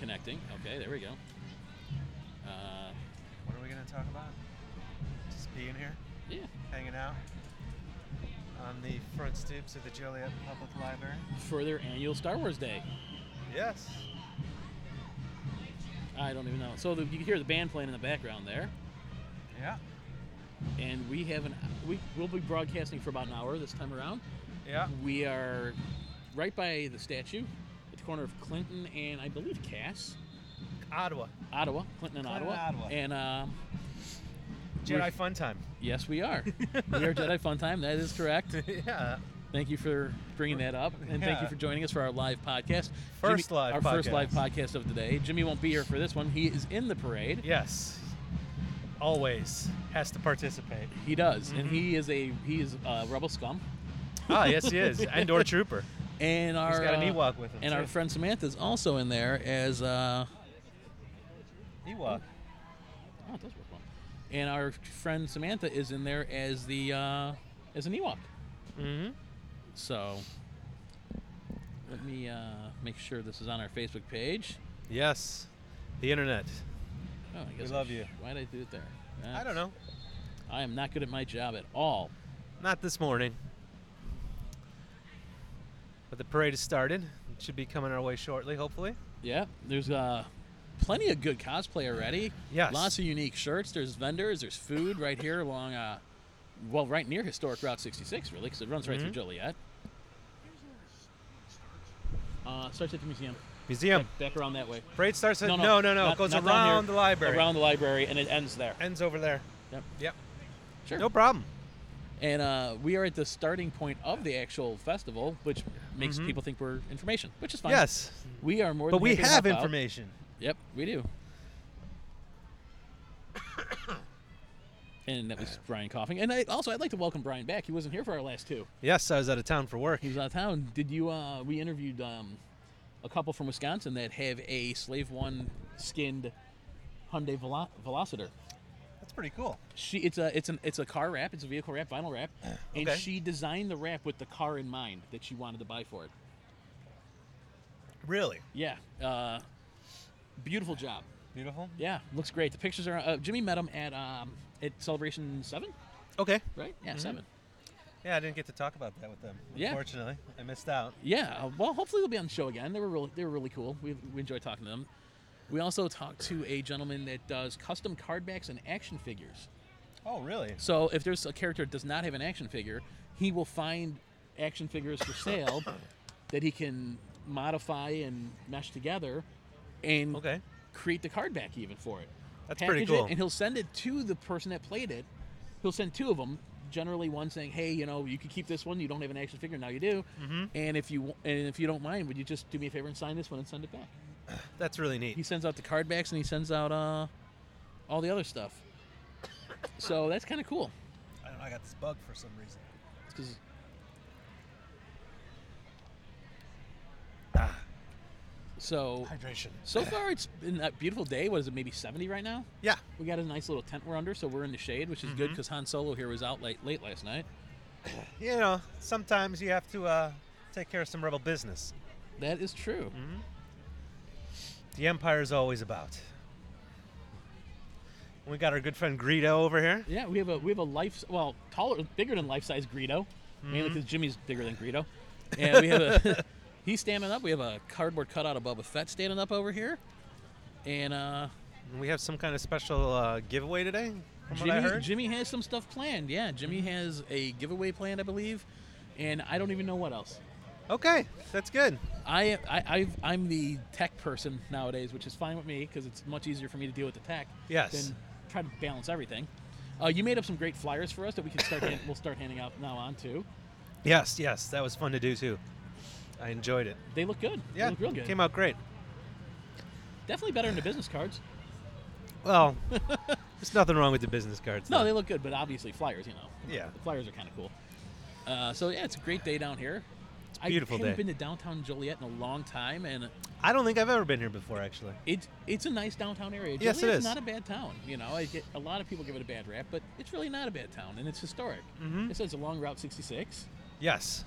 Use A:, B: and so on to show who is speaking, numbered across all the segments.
A: connecting. Okay, there we go. Uh,
B: What are we going to talk about? Just being here,
A: yeah.
B: hanging out on the front stoops of the Joliet Public Library.
A: For their annual Star Wars Day.
B: Yes.
A: I don't even know. So the, you can hear the band playing in the background there,
B: Yeah.
A: and we have an we will be broadcasting for about an hour this time around.
B: Yeah.
A: We are right by the statue at the corner of Clinton and I believe Cass,
B: Mm-hmm. Ottawa.
A: Ottawa, Clinton and
B: Clinton,
A: Ottawa,
B: Ottawa.
A: and um,
B: Jedi Fun Time.
A: yes, we are. we are Jedi Fun Time. That is correct.
B: yeah.
A: Thank you for bringing that up, and thank you
B: Yeah.
A: for joining us for our live podcast.
B: First
A: Jimmy-
B: live
A: our first
B: podcast.
A: live podcast of the day. Jimmy won't be here for this one. He is in the parade.
B: Yes. Always has to participate.
A: He does, and
B: Mm-hmm.
A: he is a he is a rebel scum.
B: ah, yes, he is. And or trooper.
A: And our
B: got an
A: uh,
B: Ewok with him,
A: And our
B: too.
A: friend Samantha's also in there as uh,
B: Ewok.
A: oh, it does work well. And our friend Samantha is in there as the uh, as an Ewok.
B: Mm-hmm.
A: So let me uh, make sure this is on our Facebook page.
B: Yes. The internet.
A: Oh, I guess I
B: love
A: sh-
B: you.
A: Why did I do it there? Uh,
B: I don't know.
A: I am not good at my job at all.
B: Not this morning. But the parade has started. It should be coming our way shortly, hopefully.
A: Yeah, there's uh, plenty of good cosplay already.
B: Yes.
A: Lots of unique shirts. There's vendors. There's food right here along, uh, well, right near historic Route 66, really, because it runs right through
B: Mhm.
A: Joliet. Uh, starts at the museum.
B: Museum.
A: Back around that way.
B: Parade starts at. No, Uh, no, no.
A: not-
B: it goes
A: not down
B: around
A: here,
B: the library. Uh,
A: Around the library, and it ends there.
B: Ends over there.
A: Yep.
B: Yep.
A: Sure.
B: No problem.
A: And uh, we are at the starting point of the actual festival, which makes
B: Mhm.
A: people think we're information, which is fine.
B: Yes.
A: We are more
B: But
A: than
B: we
A: happy to
B: have
A: help out.
B: information.
A: Yep, we do. and that was Brian coughing. And I, also, I'd like to welcome Brian back. He wasn't here for our last two.
B: Yes, I was out of town for work.
A: He was out of town. Did you? Uh, we interviewed um, a couple from Wisconsin that have a Slave One skinned Hyundai Velo- Velociter.
B: That's pretty cool.
A: She, it's a, it's an, it's a car wrap. It's a vehicle wrap, vinyl wrap, and
B: Okay.
A: she designed the wrap with the car in mind that she wanted to buy for it.
B: Really?
A: Yeah, uh, beautiful job.
B: Beautiful.
A: Yeah, looks great. The pictures are. Uh, Jimmy met him at um, at Celebration Seven,
B: Okay.
A: right? Mm-hmm. Yeah, Seven.
B: Yeah, I didn't get to talk about that with them.
A: Yeah.
B: Unfortunately, I missed out.
A: Yeah. uh, Well, hopefully they'll be on the show again. They were really they were really cool. We we enjoyed talking to them. We also talked to a gentleman that does custom card backs and action figures.
B: Oh, really?
A: So if there's a character that does not have an action figure, he will find action figures for sale that he can modify and mesh together, and
B: Okay.
A: create the card back even for it.
B: That's pretty
A: Package
B: cool.
A: It, and he'll send it to the person that played it. He'll send two of them. Generally, one saying, "Hey, you know, you could keep this one. You don't have an action figure now. You do.
B: Mm-hmm.
A: And if you wa- and if you don't mind, would you just do me a favor and sign this one and send it back?"
B: That's really neat.
A: He sends out the card backs and he sends out uh, all the other stuff. So that's kind of cool.
B: I don't know. I got this bug for some reason.
A: It's 'cause-
B: Ah.
A: So
B: Hydration.
A: so far it's been a beautiful day. What is it? Maybe seventy right now.
B: Yeah.
A: We got a nice little tent we're under, so we're in the shade, which is good
B: Mm-hmm.
A: because Han Solo here was out late late last night.
B: You know, sometimes you have to uh, take care of some rebel business.
A: That is true.
B: Mm-hmm. The Empire is always about. We got our good friend Greedo over here.
A: Yeah, we have a we have a life well taller, bigger than life size Greedo, mainly
B: Mm-hmm.
A: because Jimmy's bigger than Greedo, and we have a he's standing up. We have a cardboard cutout of Boba Fett standing up over here, and uh,
B: And We have some kind of special uh, giveaway today. From what I
A: Jimmy
B: heard. Mm-hmm.
A: Jimmy has some stuff planned. Yeah, Jimmy has a giveaway planned, I believe, and I don't even know what else.
B: Okay, that's good.
A: I, I I've, I'm the tech person nowadays, which is fine with me because it's much easier for me to deal with the tech
B: Yes.
A: than try to balance everything. Uh, you made up some great flyers for us that we can start. hand, we'll start handing out now on too.
B: Yes, yes, that was fun to do too. I enjoyed it.
A: They look good.
B: Yeah,
A: they look real good.
B: came out great.
A: Definitely better than the business cards.
B: Well, there's nothing wrong with the business cards.
A: No,
B: though.
A: they look good, but obviously flyers. You know,
B: Yeah.
A: the flyers are kind of cool. Uh, so yeah, it's a great day down here. It's a
B: beautiful
A: I haven't
B: day.
A: been to downtown Joliet in a long time, and
B: I don't think I've ever been here before, actually.
A: it's it's a nice downtown area.
B: Yes, it
A: Joliet's
B: is.
A: Not a bad town, you know. I get, a lot of people give it a bad rap, but it's really not a bad town, and it's historic. It says along Route 66,
B: Mm-hmm. Yes.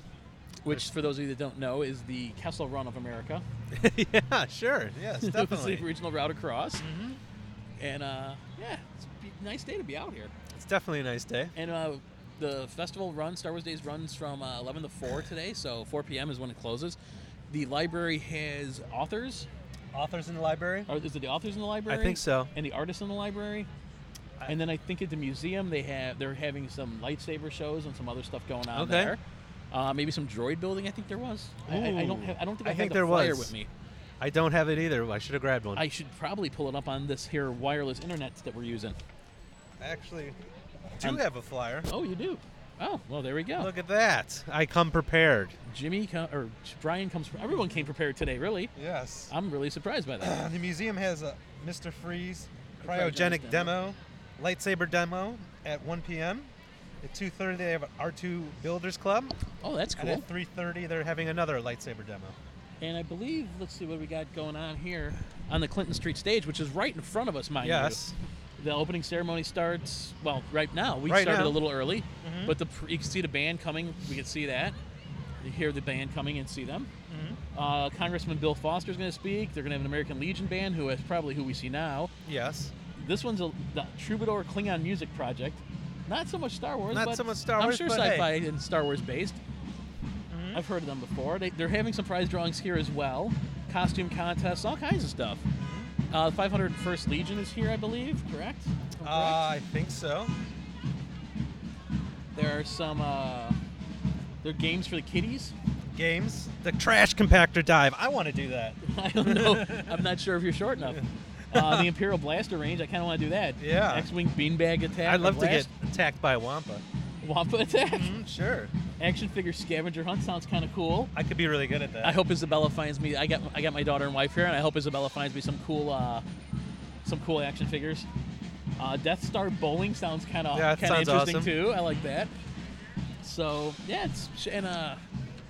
A: which, for those of you that don't know, is the Kessel Run of America.
C: yeah, sure.
B: Yes,
A: It was
B: definitely. Mm-hmm.
A: the original route across. And uh, yeah, it's a be- nice day to be out here.
C: It's definitely a nice day.
A: And uh, the festival run, Star Wars Days, runs from uh, 11 to 4 today. So 4 p.m. is when it closes. The library has authors.
C: Authors in the library?
A: Or is it the authors in the library?
C: think so.
A: And the artists in the library.
C: I-
A: and then I think at the museum they have they're having some lightsaber shows and some other stuff going on
C: Okay.
A: there. Uh, maybe some droid building. I think there was. I, I, I don't
C: Ooh.
A: have. I don't think I,
C: I
A: had
C: think
A: the
C: there
A: flyer
C: was.
A: with me.
C: I don't have it either. I should have grabbed one.
A: I should probably pull it up on this here wireless internet that we're using.
B: I actually do
A: Um,
B: have a flyer.
A: Oh, you do. Oh, well, there we go.
C: Look at that. I come prepared.
A: Jimmy co- or Brian comes. Everyone came prepared today. Really,
B: Yes. Uh,
A: I'm really surprised by that.
B: the museum has a Mr. Freeze
A: A cryogenic demo.
B: cryogenic demo, lightsaber demo at 1 p.m. At 2:30 they have an R2 Builders Club,
A: Oh, that's cool.
B: and at 3:30 they're having another lightsaber demo.
A: And I believe let's see what we got going on here on the Clinton Street stage, which is right in front of us, mind
C: Yes.
A: you. The opening ceremony starts well right now. We
C: Right
A: started
C: now. Mm-hmm.
A: a little early, but the pr- you can see the band coming. We can see that. You hear the band coming and see them.
C: Mm-hmm.
A: Uh, Congressman Bill Foster is going to speak. They're going to have an American Legion band, who is probably who we see now.
C: Yes.
A: This one's a the Troubadour Klingon Music Project. Not so much Star Wars.
C: Not
A: but
C: so much Star
A: I'm
C: Wars,
A: sure
C: but hey. Mm-hmm.
A: sci-fi and Star Wars based.
B: Mhm.
A: I've heard of them before. They, they're having some prize drawings here as well, costume contests, all kinds of stuff.
C: Mm-hmm.
A: Uh, 501st Legion is here, I believe. Correct. Am
B: Uh,
A: I
B: I think so.
A: correct? there are some. Uh, there are games for the kiddies.
B: Games, the trash compactor dive. I want to do that.
A: I don't know. I'm not sure if you're short enough. Uh, the Imperial Blaster range. I kind of want to do that.
B: Yeah.
A: X-wing beanbag attack.
C: I'd
A: or
C: love to get
A: blast-
C: attacked by a Wampa.
A: Wampa attack.
B: Mm, sure,
A: Action figure scavenger hunt sounds kind of cool.
B: I could be really good at that.
A: I hope Isabella finds me. I got I got my daughter and wife here, and I hope Isabella finds me some cool uh, some cool action figures. Uh, Death Star bowling sounds kind of
C: Yeah, that
A: kind of
C: sounds
A: interesting
C: awesome.
A: too. I like that. So yeah, it's and uh,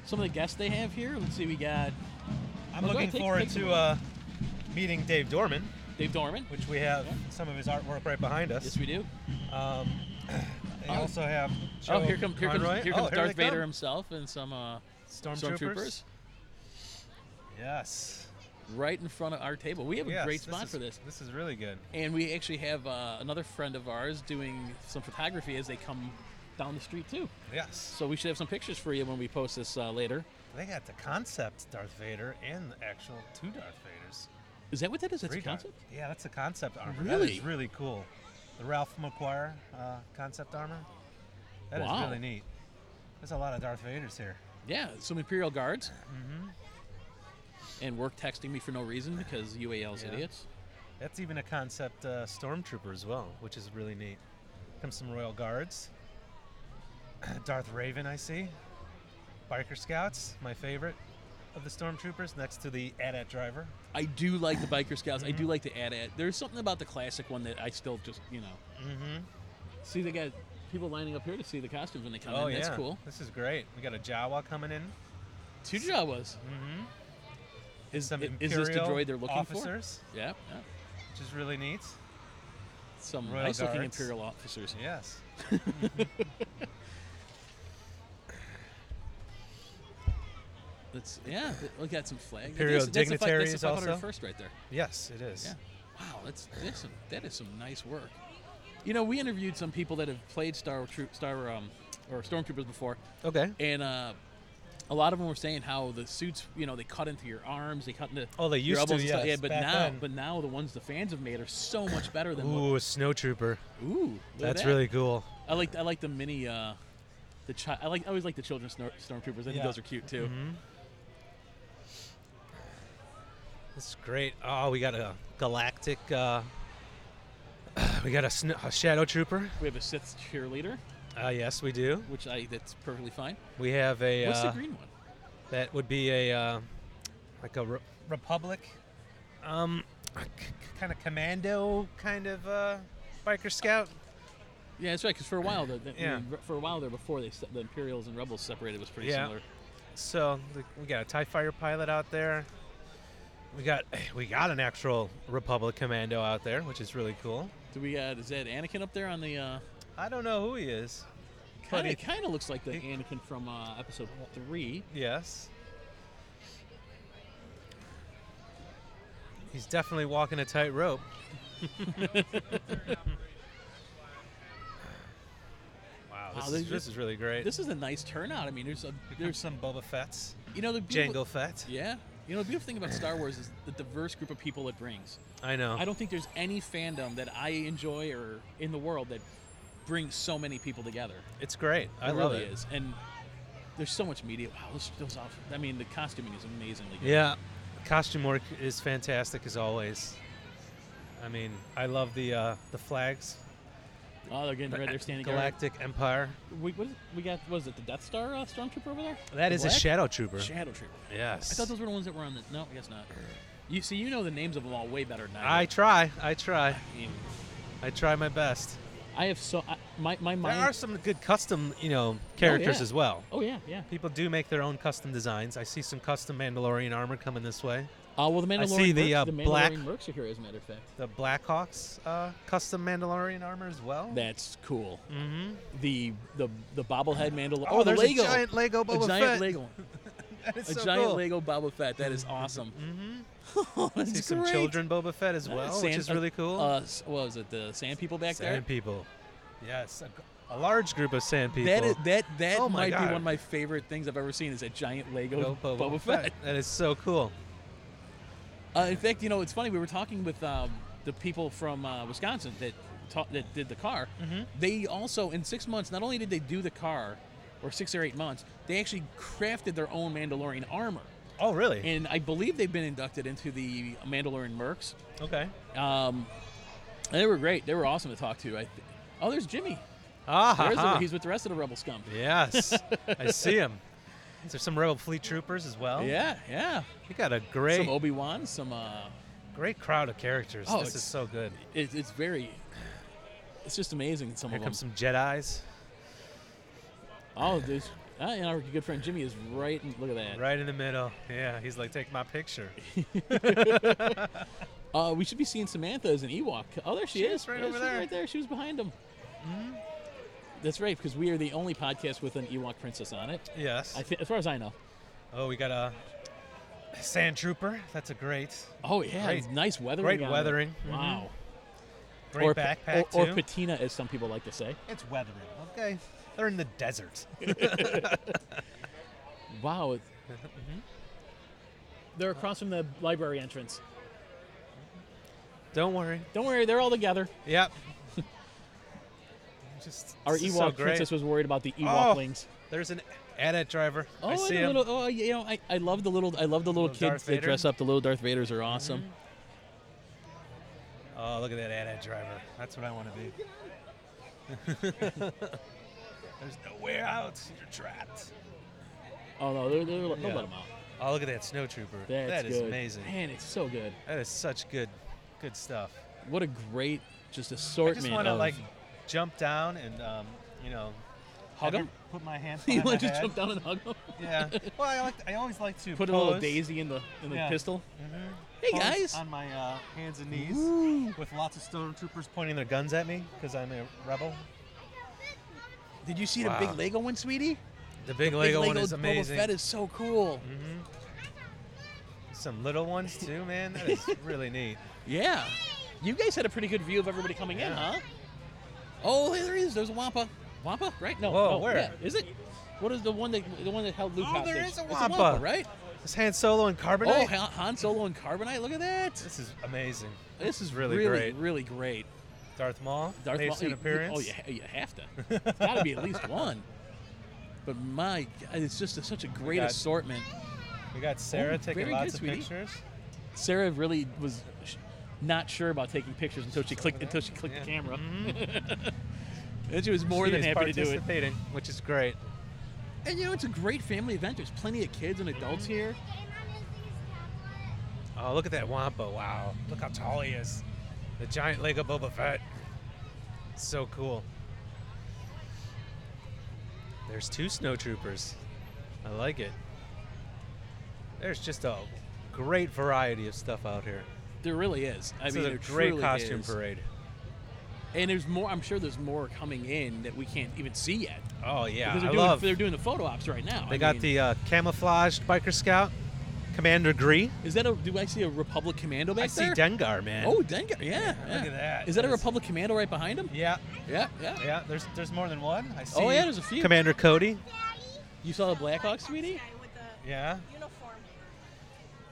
A: some of the guests they have here. Let's see, we got
B: I'm
A: Well, go
B: looking
A: ahead, take-
B: forward
A: take the
B: to
A: wheel.
B: uh, meeting Dave Dorman,
A: Dave Dorman.
B: which we have
A: Yeah.
B: some of his artwork right behind us.
A: Yes, we do.
B: Um, they
A: Oh.
B: also have.
A: Oh,
B: Joe
A: here come here comes,
B: Conroy.
A: here
B: Oh,
A: comes
B: they
A: Darth Vader
B: come.
A: himself and some uh,
B: Stormtroopers.
A: stormtroopers
B: Yes.
A: right in front of our table. We have a
B: Yes,
A: great spot
B: is-
A: for this.
B: This is really good.
A: And we actually have uh, another friend of ours doing some photography as they come down the street too.
B: Yes.
A: So we should have some pictures for you when we post this uh, later.
B: They got the concept Darth Vader and the actual two Darth Vaders.
A: Is that what that is? That's a
B: Three Darth-
A: concept.
B: Yeah, that's the concept armor. That
A: Really?
B: is really cool. The Ralph McQuire uh, concept armor. That is
A: Wow.
B: really neat. There's a lot of Darth Vaders here.
A: Yeah, some Imperial guards.
B: Mm-hmm.
A: And work texting me for no reason because UAL's
B: Yeah.
A: idiots.
B: That's even a concept uh, stormtrooper as well, which is really neat. Comes some Royal Guards. Darth Raven, I see. Biker Scouts, my favorite of the stormtroopers, next to the AT-AT driver.
A: I do like the biker scouts. I
B: Mm-hmm.
A: do like the ad ad. There's something about the classic one that I still just you know
B: Mm-hmm.
A: see. They got people lining up here to see the costumes when they come
B: Oh
A: in.
B: yeah,
A: That's cool.
B: This is great. We got a Jawa coming in.
A: Two Jawas.
B: Mm-hmm.
A: Is,
B: Some
A: i- is this the
B: Imperial
A: droid they're looking
B: officers,
A: for? Yeah. yeah.
B: which is really neat.
A: Some
B: Royal
A: nice looking
B: guards.
A: Imperial officers.
B: Yes.
A: That's yeah. th- We got some flags.
C: Imperial
A: that's, that's a fi-
C: dignitaries
A: that's a 501st right there.
B: Yes, it is.
A: Yeah. Wow, that's that's some, that is some nice work. You know, we interviewed some people that have played Star Troop, Star um, or Stormtroopers before,
C: Okay.
A: and uh, a lot of them were saying how the suits, you know, they cut into your arms, they cut into
C: Oh, they
A: your
C: used to,
A: elbows. and stuff.
C: yes,
A: yeah, but
B: back
A: now,
B: then.
A: but now the ones the fans have made are so much better than. what,
C: Ooh, a snowtrooper.
A: ooh, look at
C: That's
A: that.
C: really cool.
A: I like I like the mini. Uh, the chi- I like I always like the children's snor- stormtroopers. I think
B: Yeah.
A: those are cute
C: Mm-hmm.
A: too.
C: This is great. Oh, we got a galactic. Uh, we got a, sn- a shadow trooper.
A: We have a Sith cheerleader,
C: Uh, yes, we do.
A: which I that's perfectly fine.
C: We have a.
A: What's the
C: Uh,
A: green one?
C: that would be a uh, like a re-
B: Republic,
C: um.
B: kind of commando, kind of uh, biker scout.
A: Yeah, that's right. Because for a while, the, the,
C: Yeah.
A: I mean, for a while there before they se- the Imperials and Rebels separated was pretty
C: Yeah.
A: similar.
C: So like, we got a Tie Fighter pilot out there. We got we got an actual Republic commando out there, which is really cool.
A: Do we got is that Anakin up there on the? Uh,
B: I don't know who he is.
A: Kind
B: But
A: of
B: it-
A: kind of looks like the Anakin from uh, Episode Three.
B: Yes. He's definitely walking a tightrope. wow, this,
A: Wow,
B: is,
A: they
B: this
A: just-
B: is really great.
A: This is a nice turnout. I mean, there's a
B: There's
A: there's
B: some Boba Fett's.
A: you know the beautiful-
B: Jango Fett.
A: Yeah, you know the beautiful thing about Star Wars is the diverse group of people it brings.
B: I know.
A: I don't think there's any fandom that I enjoy or in the world that brings so many people together.
B: It's great. I
A: it
B: love
A: really
B: it.
A: is, And there's so much media. Wow, those, those outfits. I mean, the costuming is amazingly good.
B: Yeah, costume work is fantastic as always. I mean, I love the uh, the flags.
A: Oh, they're getting red. They're standing guard.
B: Galactic Empire.
A: We, what is, we got, what is it, the Death Star uh, Stormtrooper over there?
B: That
A: The
B: is a
A: black?
B: Shadow Trooper.
A: Shadow Trooper.
B: yes.
A: I thought those were the ones that were on the. No, I guess not. You see, you know the names of them all way better than I.
B: I
A: do.
B: try. I try.
A: I, mean,
B: I try my best.
A: I have so I, my my
B: There
A: mind.
B: are some good custom, you know, characters
A: yeah.
B: as well.
A: oh yeah, yeah.
B: People do make their own custom designs. I see some custom Mandalorian armor coming this way.
A: Uh, well, the Mandalorian.
B: I see the,
A: mercs,
B: uh,
A: the Mandalorian
B: black-
A: mercs are here, as a matter of fact.
B: The Blackhawks uh, custom Mandalorian armor as well.
A: That's cool.
B: mm-hmm.
A: The the the bobblehead Mandalorian.
B: Oh,
A: the
B: there's
A: Lego.
B: a giant Lego Boba
A: a giant
B: Fett.
A: Lego.
B: That is
A: a
B: so
A: giant
B: cool.
A: Lego Boba Fett. That is awesome.
B: Mm-hmm.
A: Oh, that's
B: See some
A: great.
B: children Boba Fett as
A: Uh,
B: well,
A: sand-
B: which is really cool.
A: Uh, s- what was it? The sand people back
B: sand
A: there.
B: people. Yes, a, g- a large group of sand people.
A: That is that that
B: Oh my
A: might be
B: God.
A: one of my favorite things I've ever seen. Is that giant Lego
B: Go
A: Boba, Fett.
B: That is so cool.
A: Uh, in fact, you know, it's funny. We were talking with um, the people from uh, Wisconsin that ta- that did the car.
B: Mm-hmm.
A: They also, in six months, not only did they do the car, or six or eight months, they actually crafted their own Mandalorian armor.
B: Oh, really?
A: And I believe they've been inducted into the Mandalorian Mercs.
B: okay.
A: Um, and they were great. They were awesome to talk to. I th- oh, there's Jimmy.
B: Ah, ha,
A: There's
B: ha.
A: he's with the rest of the Rebel scum.
B: yes, I see him. There's some Rebel Fleet troopers as well.
A: Yeah, yeah.
B: you got a great,
A: Some Obi Wan. Some. Uh,
B: great crowd of characters.
A: Oh,
B: this is
A: it's-
B: so good.
A: it, it's very. It's just amazing. Some
B: Here
A: of them.
B: comes some Jedi's
A: Oh, there's. Uh, and our good friend Jimmy is right. In, look at that.
B: right in the middle. Yeah, he's like, take my picture.
A: Uh, we should be seeing Samantha as an Ewok. Oh, there she,
B: She
A: is.
B: is right
A: Yeah,
B: over
A: she's
B: there. Mm-hmm.
A: Right there. She was behind him. That's right, because we are the only podcast with an Ewok princess on it.
B: Yes.
A: I thi- as far as I know.
B: oh, we got a sand trooper. That's a great,
A: Oh yeah,
B: Great-
A: nice weathering.
B: great
A: on it.
B: weathering. Mhm.
A: Wow.
B: great
A: or, pa-
B: backpack
A: or, or
B: too.
A: patina, as some people like to say.
B: it's weathering. Okay, they're in the desert.
A: Wow. it-
B: Mm-hmm,
D: They're across from the library entrance.
B: Don't worry.
A: Don't worry, they're all together.
B: Yep. Just
A: Our
B: this is
A: Ewok
B: so great.
A: princess was worried about the
B: Oh.
A: Ewoklings.
B: There's an at it driver.
A: Oh,
B: I
A: and
B: see
A: the
B: him.
A: little, oh, you know, I, I love the little, I love the little,
B: Little Darth
A: kids that
B: Vader. Mm-hmm.
A: dress up. The little Darth Vaders are awesome.
B: Oh, look at that at it driver. That's what I want to be. There's no way out. You're trapped.
A: Oh no, they're, they're, they'll
B: Yeah.
A: let them out.
B: Oh, look at that snow trooper.
A: That's
B: That is
A: good.
B: amazing.
A: Man, it's so good.
B: That is such good, good stuff.
A: What a great just
B: I
A: assortment.
B: just want to
A: of-
B: like jump down and um, you know,
A: Hug
B: every-
A: him?
B: Put my hand.
A: you
B: want
A: want to just jump down and hug them?
B: Yeah. Well, I like. I always like to
A: Put a little
B: pose-
A: daisy in the in the
B: Yeah.
A: pistol.
B: Mhm.
A: Hey,
B: Pose
A: guys.
B: On my uh, hands and knees.
A: Woo.
B: with lots of stormtroopers pointing their guns at me because I'm a rebel.
A: Did you see
B: Wow.
A: the big Lego one, sweetie?
B: The big
A: Big
B: Lego,
A: Lego
B: one is
A: Boba
B: amazing.
A: Fett is so cool.
B: hmm Some little ones too, man. That is really neat.
A: Yeah. You guys had a pretty good view of everybody coming in,
B: Yeah.
A: huh? Oh, there he is. There's a Wampa. Wampa, right? No.
B: Whoa,
A: no,
B: where?
A: yeah. Is it? What is the one that the one that held Luke
B: Oh, there
A: hostage?
B: is a
A: It's
B: Wampa.
A: right?
B: This Han Solo and Carbonite.
A: Oh, Han Han Solo and Carbonite. Look at that.
B: this is amazing.
A: This is
B: really
A: really
B: great.
A: really great.
B: Darth Maul.
A: Darth
B: made
A: Maul.
B: his
A: you- you-
B: appearance.
A: Oh, you, ha- you have to. It's got to be at least one. But my, God, it's just a, such a great
B: God.
A: assortment.
B: We got Sarah
A: Oh,
B: taking
A: very
B: lots
A: good,
B: of
A: sweetie.
B: pictures.
A: Sarah really was sh- not sure about taking pictures until she clicked until she clicked the
B: Yeah.
A: camera. and she was more
B: She
A: than
B: is
A: happy to do it.
B: participating, which is great.
A: And you know, it's a great family event. There's plenty of kids and adults here.
B: Oh, look at that Wampa! Wow, look how tall he is. The giant Lego Boba Fett. So cool. There's two snowtroopers. I like it. There's just a great variety of stuff out here.
A: There really is. I
B: This
A: mean,
B: is a
A: there
B: great
A: truly
B: costume
A: is.
B: parade.
A: And there's more. I'm sure there's more coming in that we can't even see yet
C: Oh yeah,
A: because they're
C: I
A: doing
C: love.
A: they're doing the photo ops right now.
C: They
A: I
C: got
A: mean,
C: the uh, camouflaged biker scout, Commander Gree.
A: Is that a? Do I see a Republic Commando back
C: I see
A: there?
C: Dengar, man.
A: Oh, Dengar. Yeah, yeah.
B: Look at that.
A: Is that a
B: That's-
A: Republic Commando right behind him?
B: Yeah,
A: Yeah, yeah.
B: yeah. There's there's more than one. I see.
A: Oh yeah, there's a few.
C: Commander Cody.
A: You saw the Blackhawks, Oh, sweetie?
B: Yeah.
E: Uniform.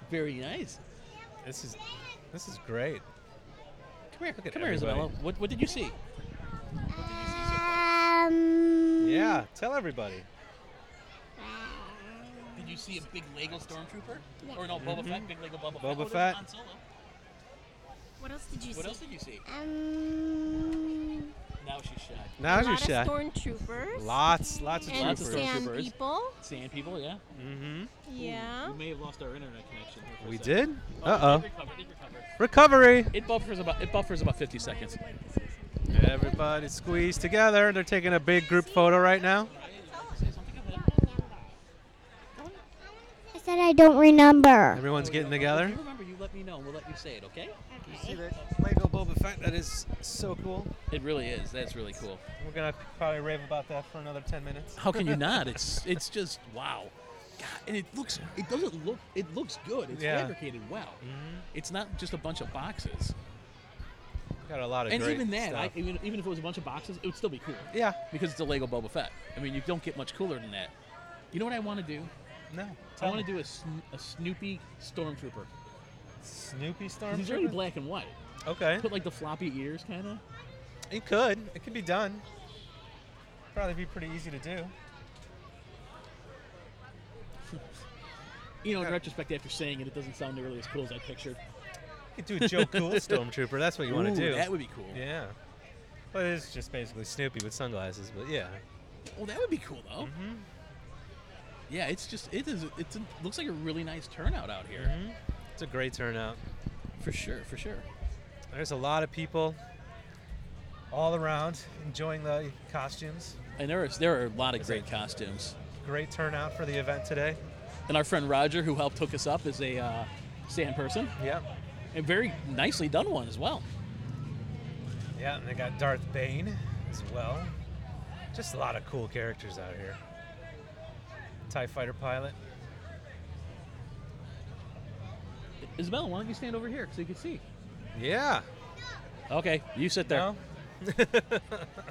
A: Very nice.
B: This is this is great.
A: Come here, come here,
C: everybody.
A: Isabella. What, what did you see?
F: Um,
B: Yeah. Tell everybody.
A: Did you see a big Lego stormtrooper? Or no, Boba Fett, big Lego Mm-hmm. Boba,
B: Boba Oh, there's Fett. Han
E: What else did you
A: What
E: see?
A: else did you see?
F: um,
A: Now she's shy.
C: Now
E: a
C: you
E: lot
C: shot.
E: of stormtroopers
C: Lots, lots of
E: and
A: Lots of
C: troopers.
E: sand
A: stormtroopers.
E: people.
A: Sand people, yeah.
C: Mm-hmm.
E: Yeah.
A: We may have lost our internet connection. Here for a
C: We
A: second.
C: did.
A: Oh,
C: Uh
A: It, did recover, it did
C: oh.
A: recover.
C: Recovery.
A: It buffers about it buffers about 50 seconds.
C: Everybody squeezed together. They're taking a big group photo right now.
F: I said I don't remember.
C: Everyone's getting
A: If
C: together.
A: you remember, you let me know. and We'll let you say it, okay?
C: You see that Lego Boba Fett? That is so cool.
A: It really is. That's really cool.
B: We're gonna probably rave about that for another ten minutes.
A: How can you not? It's it's just wow. God, and it looks it doesn't look it looks good. It's
B: Yeah.
A: fabricated well. It's not just a bunch of boxes.
C: Got a lot of
A: And
C: great
A: even that, I,
C: stuff.
A: even even if it was a bunch of boxes, it would still be cool
C: yeah.
A: because it's a Lego Boba Fett. I mean, you don't get much cooler than that. You know what I want to do?
B: No.
A: I want to do a, Sno- a Snoopy Stormtrooper.
B: Snoopy
A: 'Cause He's already
B: Stormtrooper.
A: black and white.
B: Okay.
A: Put like the floppy ears, kind of.
B: It could. It could be done. Probably be pretty easy to do.
A: You know, in retrospect, after saying it, it doesn't sound nearly as cool as I pictured.
B: You could do a Joe Cool Stormtrooper. That's what you want to
A: Ooh,
B: do.
A: That would be cool.
B: yeah. But it's just basically Snoopy with sunglasses. But yeah.
A: Well, that would be cool though. Yeah, it's just it is. It's, it looks like a really nice turnout out here.
B: It's a great turnout.
A: For sure, for sure.
B: There's a lot of people all around enjoying the costumes.
A: And there is there are a lot of
B: Is
A: great
B: it-
A: costumes.
B: Great turnout for the event today.
A: And our friend Roger, who helped hook us up, is a uh, sand person,
B: Yeah.
A: and very nicely done one as well.
B: Yeah, and they got Darth Bane as well. Just a lot of cool characters out here. TIE fighter pilot.
A: Isabella, why don't you stand over here so you can see?
C: Yeah.
A: Okay, you sit there.
B: No?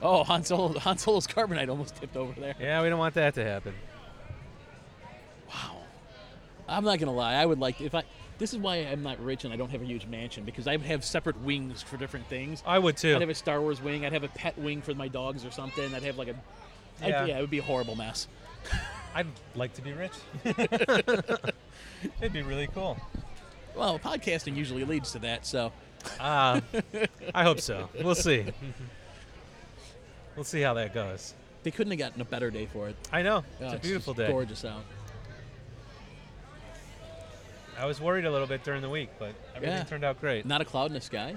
A: Oh, Han Solo, Han Solo's carbonite almost tipped over there.
B: Yeah, we don't want that to happen.
A: Wow. I'm not gonna lie. I would like if I. This is why I'm not rich and I don't have a huge mansion because I would have separate wings for different things.
B: I would too.
A: I'd have a Star Wars wing. I'd have a pet wing for my dogs or something. I'd have like a. I'd-
B: Yeah.
A: yeah, it would be a horrible mess.
B: I'd like to be rich. It'd be really cool.
A: Well, podcasting usually leads to that, so
B: Uh, I hope so. We'll see. We'll see how that goes.
A: they couldn't have gotten a better day for it.
B: I know.
A: Oh,
B: It's a
A: just
B: beautiful day.
A: Gorgeous out.
B: I was worried a little bit during the week, but everything
A: Yeah.
B: turned out great.
A: Not a cloud in the sky.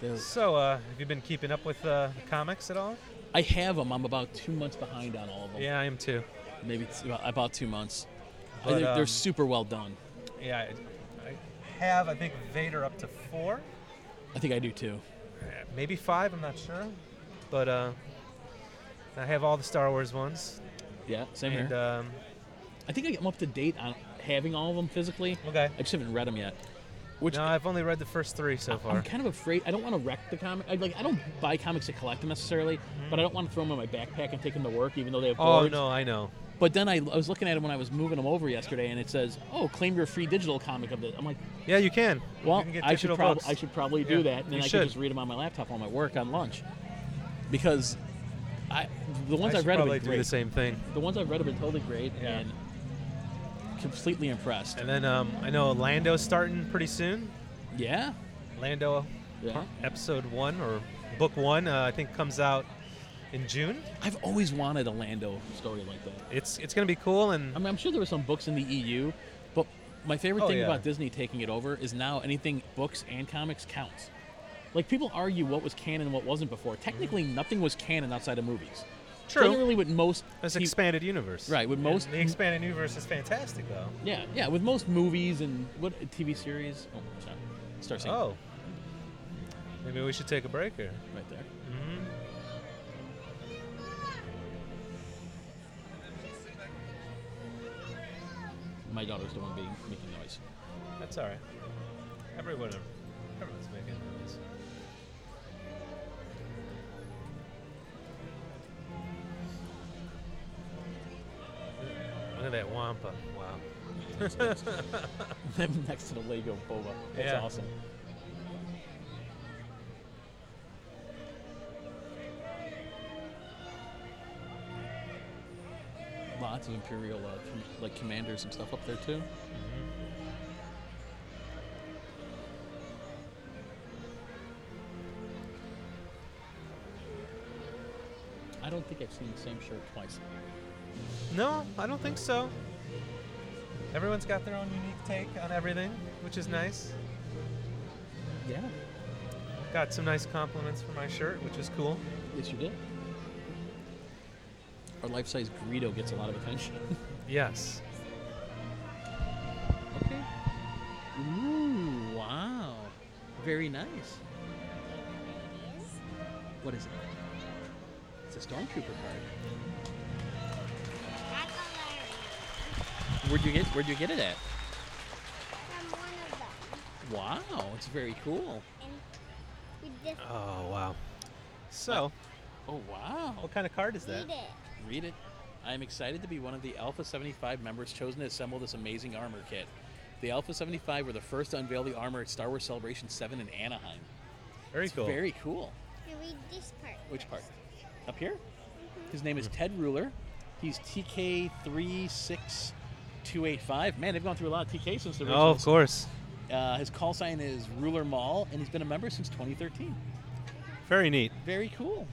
A: There's-
B: So, uh, have you been keeping up with uh, the comics at all?
A: I have them. I'm about two months behind on all of them.
B: Yeah, I am too.
A: Maybe t- about- about two months. I
B: But,
A: think they're
B: um,
A: super well done.
B: Yeah, I, I have, I think, Vader up to four,
A: I think I do too.
B: maybe five, I'm not sure. But uh, I have all the Star Wars ones.
A: Yeah, same
B: And
A: here.
B: um,
A: I think I'm up to date on having all of them physically.
B: Okay.
A: I just haven't read them yet. Which
B: No, I've only read the first three so far.
A: I'm kind of afraid. I don't want to wreck the comic. I, like I don't buy comics to collect them necessarily, but I don't want to throw them in my backpack and take them to work, even though they have
B: Oh
A: boards.
B: no, I know.
A: But then I, I was looking at it when I was moving them over yesterday, and it says, "Oh, claim your free digital comic of the." I'm like,
B: Yeah, you can.
A: "Well,
B: you can get
A: I should
B: digital
A: probably
B: books.
A: I should probably
B: Yeah,
A: do that, and then
B: you
A: I
B: should.
A: can just read them on my laptop while I'm at work on lunch." Because I, the ones
B: I
A: have
B: should
A: read have
B: probably
A: been
B: do the
A: great.
B: same thing.
A: The ones I've read have been totally great,
B: Yeah.
A: and completely impressed.
B: And then um, I know Lando's starting pretty soon.
A: Yeah,
B: Lando,
A: yeah.
B: episode one or book one, uh, I think comes out in June.
A: I've always wanted a Lando story like that.
B: It's it's gonna be cool, and
A: I mean, I'm sure there were some books in the EU, but my favorite
B: Oh,
A: thing
B: yeah.
A: about Disney taking it over is now anything books and comics counts. Like people argue what was canon and what wasn't before. Technically, nothing was canon outside of movies.
B: Mm-hmm. True.
A: Generally, with most
B: It's
A: peop-
B: expanded universe.
A: right with
G: And
A: most
G: the expanded universe is fantastic, though.
A: yeah yeah with most movies and what TV series. Oh, it's not. Star Singing
G: Oh, maybe we should take a break here.
A: right there.
B: Mm-hmm.
A: My daughter's the one being making noise.
G: That's all right. Everyone, everyone's making noise.
B: Look at that wampa. Wow.
A: Them next to the Lego boba. That's
G: Yeah.
A: awesome. Lots of Imperial uh, com- like commanders and stuff up there too. Mm-hmm. I don't think I've seen the same shirt twice.
G: No, I don't think so. Everyone's got their own unique take on everything, which is nice.
A: Yeah,
G: Got some nice compliments for my shirt, which is cool.
A: yes you did. Our life-size Greedo gets a lot of attention.
G: Yes.
A: Okay. Ooh, wow. Very nice. What is it? It's a stormtrooper card. Where'd you get where'd you get it at? Wow, it's very cool.
B: Oh wow.
G: So,
A: Oh wow.
G: what kind of card is that?
A: Read it. I am excited to be one of the Alpha 75 members chosen to assemble this amazing armor kit. The Alpha 75 were the first to unveil the armor at Star Wars Celebration 7 in Anaheim.
G: Very
A: It's
G: cool.
A: Very cool.
F: Read this part.
A: Which part? Up here? His name is Ted Ruler. He's TK36285. Man, they've gone through a lot of TK since the original.
B: Oh, of course.
A: Uh, his call sign is Ruler Mall, and he's been a member since 2013.
B: Very neat.
A: Very cool.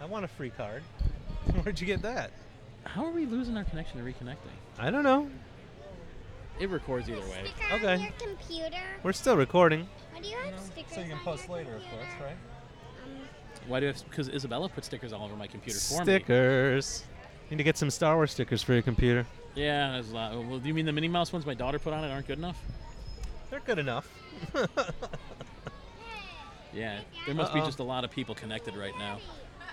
G: I want a free card. Where'd you get that?
A: How are we losing our connection to reconnecting?
B: I don't know.
A: It records either way.
F: Sticker
B: Okay.
F: on your computer.
B: We're still recording.
F: Why do you have stickers
G: so you can
F: on
G: post
F: your
G: later, of
F: computer?
G: course, right?
F: Um,
A: Why do I? Because Isabella put stickers all over my computer for me.
B: Stickers. Need to get some Star Wars stickers for your computer.
A: Yeah, there's a lot. Well, do you mean the Minnie Mouse ones my daughter put on it aren't good enough?
G: They're good enough.
A: Yeah, there must be
B: Uh-oh.
A: just a lot of people connected right now.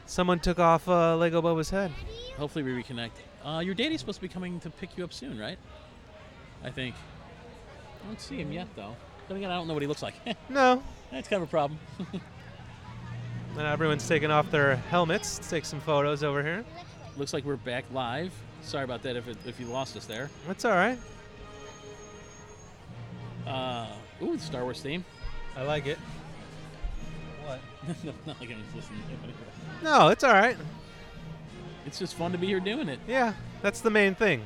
B: Someone took off uh, Lego Boba's head.
A: Hopefully we reconnect. Uh, your daddy's supposed to be coming to pick you up soon, right? I think. I don't see him yet, though. Then again, I don't know what he looks like.
B: No.
A: That's kind of a problem.
B: And Uh, everyone's taking off their helmets. Let's take some photos over here.
A: looks like we're back live. Sorry about that if, it, if you lost us there.
B: That's all right.
A: Uh, ooh, the Star Wars theme.
G: I like it. What?
A: Not like I'm just listening. to it.
B: No, it's all right.
A: It's just fun to be here doing it.
B: Yeah, that's the main thing.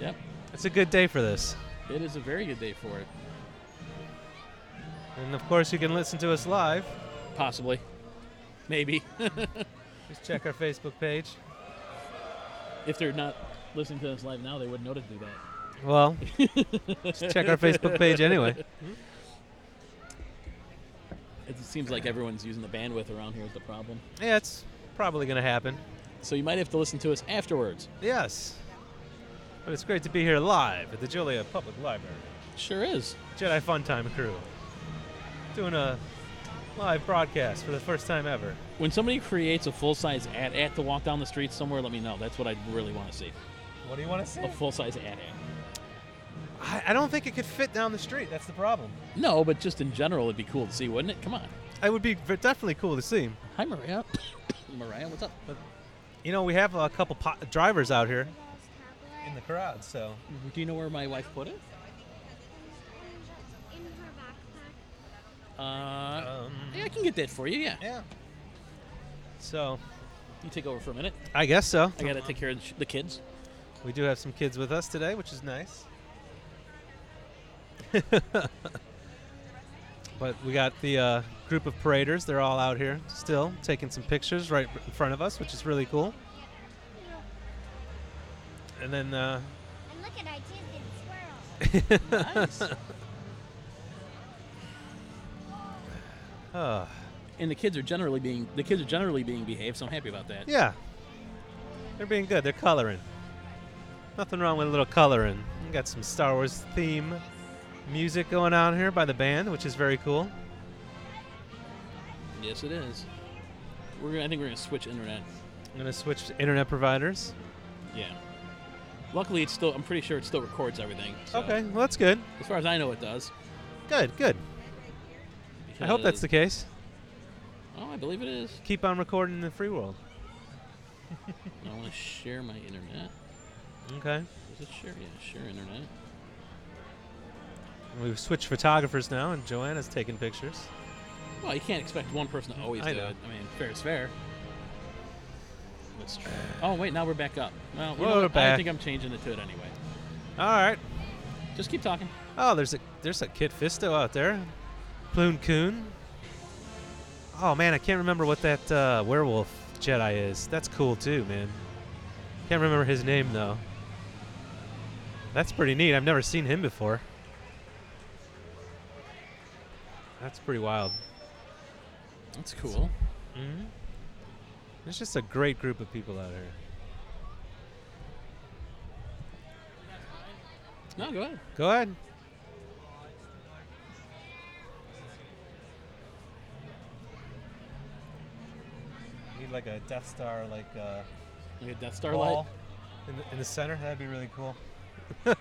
A: Yep.
B: It's a good day for this.
A: It is a very good day for it.
B: And of course, you can listen to us live.
A: Possibly. Maybe.
B: Just check our Facebook page.
H: If they're not listening to us live now, they wouldn't know to do that.
B: Well, just check our Facebook page anyway.
A: it seems like everyone's using the bandwidth around here is the problem.
B: Yeah, it's probably going to happen.
A: So you might have to listen to us afterwards.
B: Yes. But it's great to be here live at the Julia
G: Public library.
A: Sure is.
B: Jedi Fun Time crew. Doing a live broadcast for the first time ever.
A: When somebody creates a full size at at to walk down the street somewhere, let me know. That's what I really want to see.
G: What do you want to see?
A: A full size at at.
B: I, I don't think it could fit down the street.
G: That's the problem.
A: No, but just in general, it'd be cool to see, wouldn't it? Come on.
B: It would be v- definitely cool to see.
A: Hi, Mariah. Mariah, what's up?
B: You know, we have a couple po- drivers out here.
G: In the crowd, so.
A: Do you know where my wife put it?
F: in her backpack.
A: Uh,
G: Um,
A: yeah, I can get that for you. Yeah.
G: yeah.
B: So,
A: You take over for a minute.
B: I guess so.
A: I gotta take care of the sh- the kids.
B: We do have some kids with us today, which is nice. but we got the uh, group of paraders. They're all out here still taking some pictures right in front of us, which is really cool. And then uh,
F: And look at I just did swirl.
A: Nice.
B: uh,
A: and the kids are generally being the kids are generally being behaved, so I'm happy about that.
B: Yeah. They're being good. They're coloring. Nothing wrong with a little coloring. We got some Star Wars theme music going on here by the band, which is very cool.
A: Yes, it is. We're gonna, I think we're gonna switch internet.
B: I'm going to switch to internet providers.
A: Yeah. Luckily, it's still. I'm pretty sure it still records everything. so-
B: Okay, well, that's good.
A: As far as I know, it does.
B: Good, good. I hope that's the
A: because-
B: case.
A: Oh, I believe it is.
B: Keep on recording in the free world.
A: I want to share my internet.
B: Okay.
A: Is it share? Yeah, share internet.
B: We've switched photographers now, and Joanna's taking pictures.
A: Well, you can't expect one person to always
B: I
A: do
B: know.
A: it. I mean, fair is fair. That's true. Oh wait, now we're back up. Well, you know
B: Well,
A: what?
B: we're
A: I
B: back.
A: think I'm changing it to it anyway.
B: All right.
A: Just keep talking.
B: Oh, there's a there's a Kid Fisto out there, Ploon Coon. Oh man, I can't remember what that uh, werewolf Jedi is. That's cool too, man. Can't remember his name though. That's pretty neat. I've never seen him before. That's pretty wild.
A: That's cool.
B: Mm-hmm. There's just a great group of people out here.
A: No, go ahead.
B: Go ahead.
I: Need like a Death Star, like uh,
A: Like a Death Star light.
I: ball in the, in the center. That'd be really cool.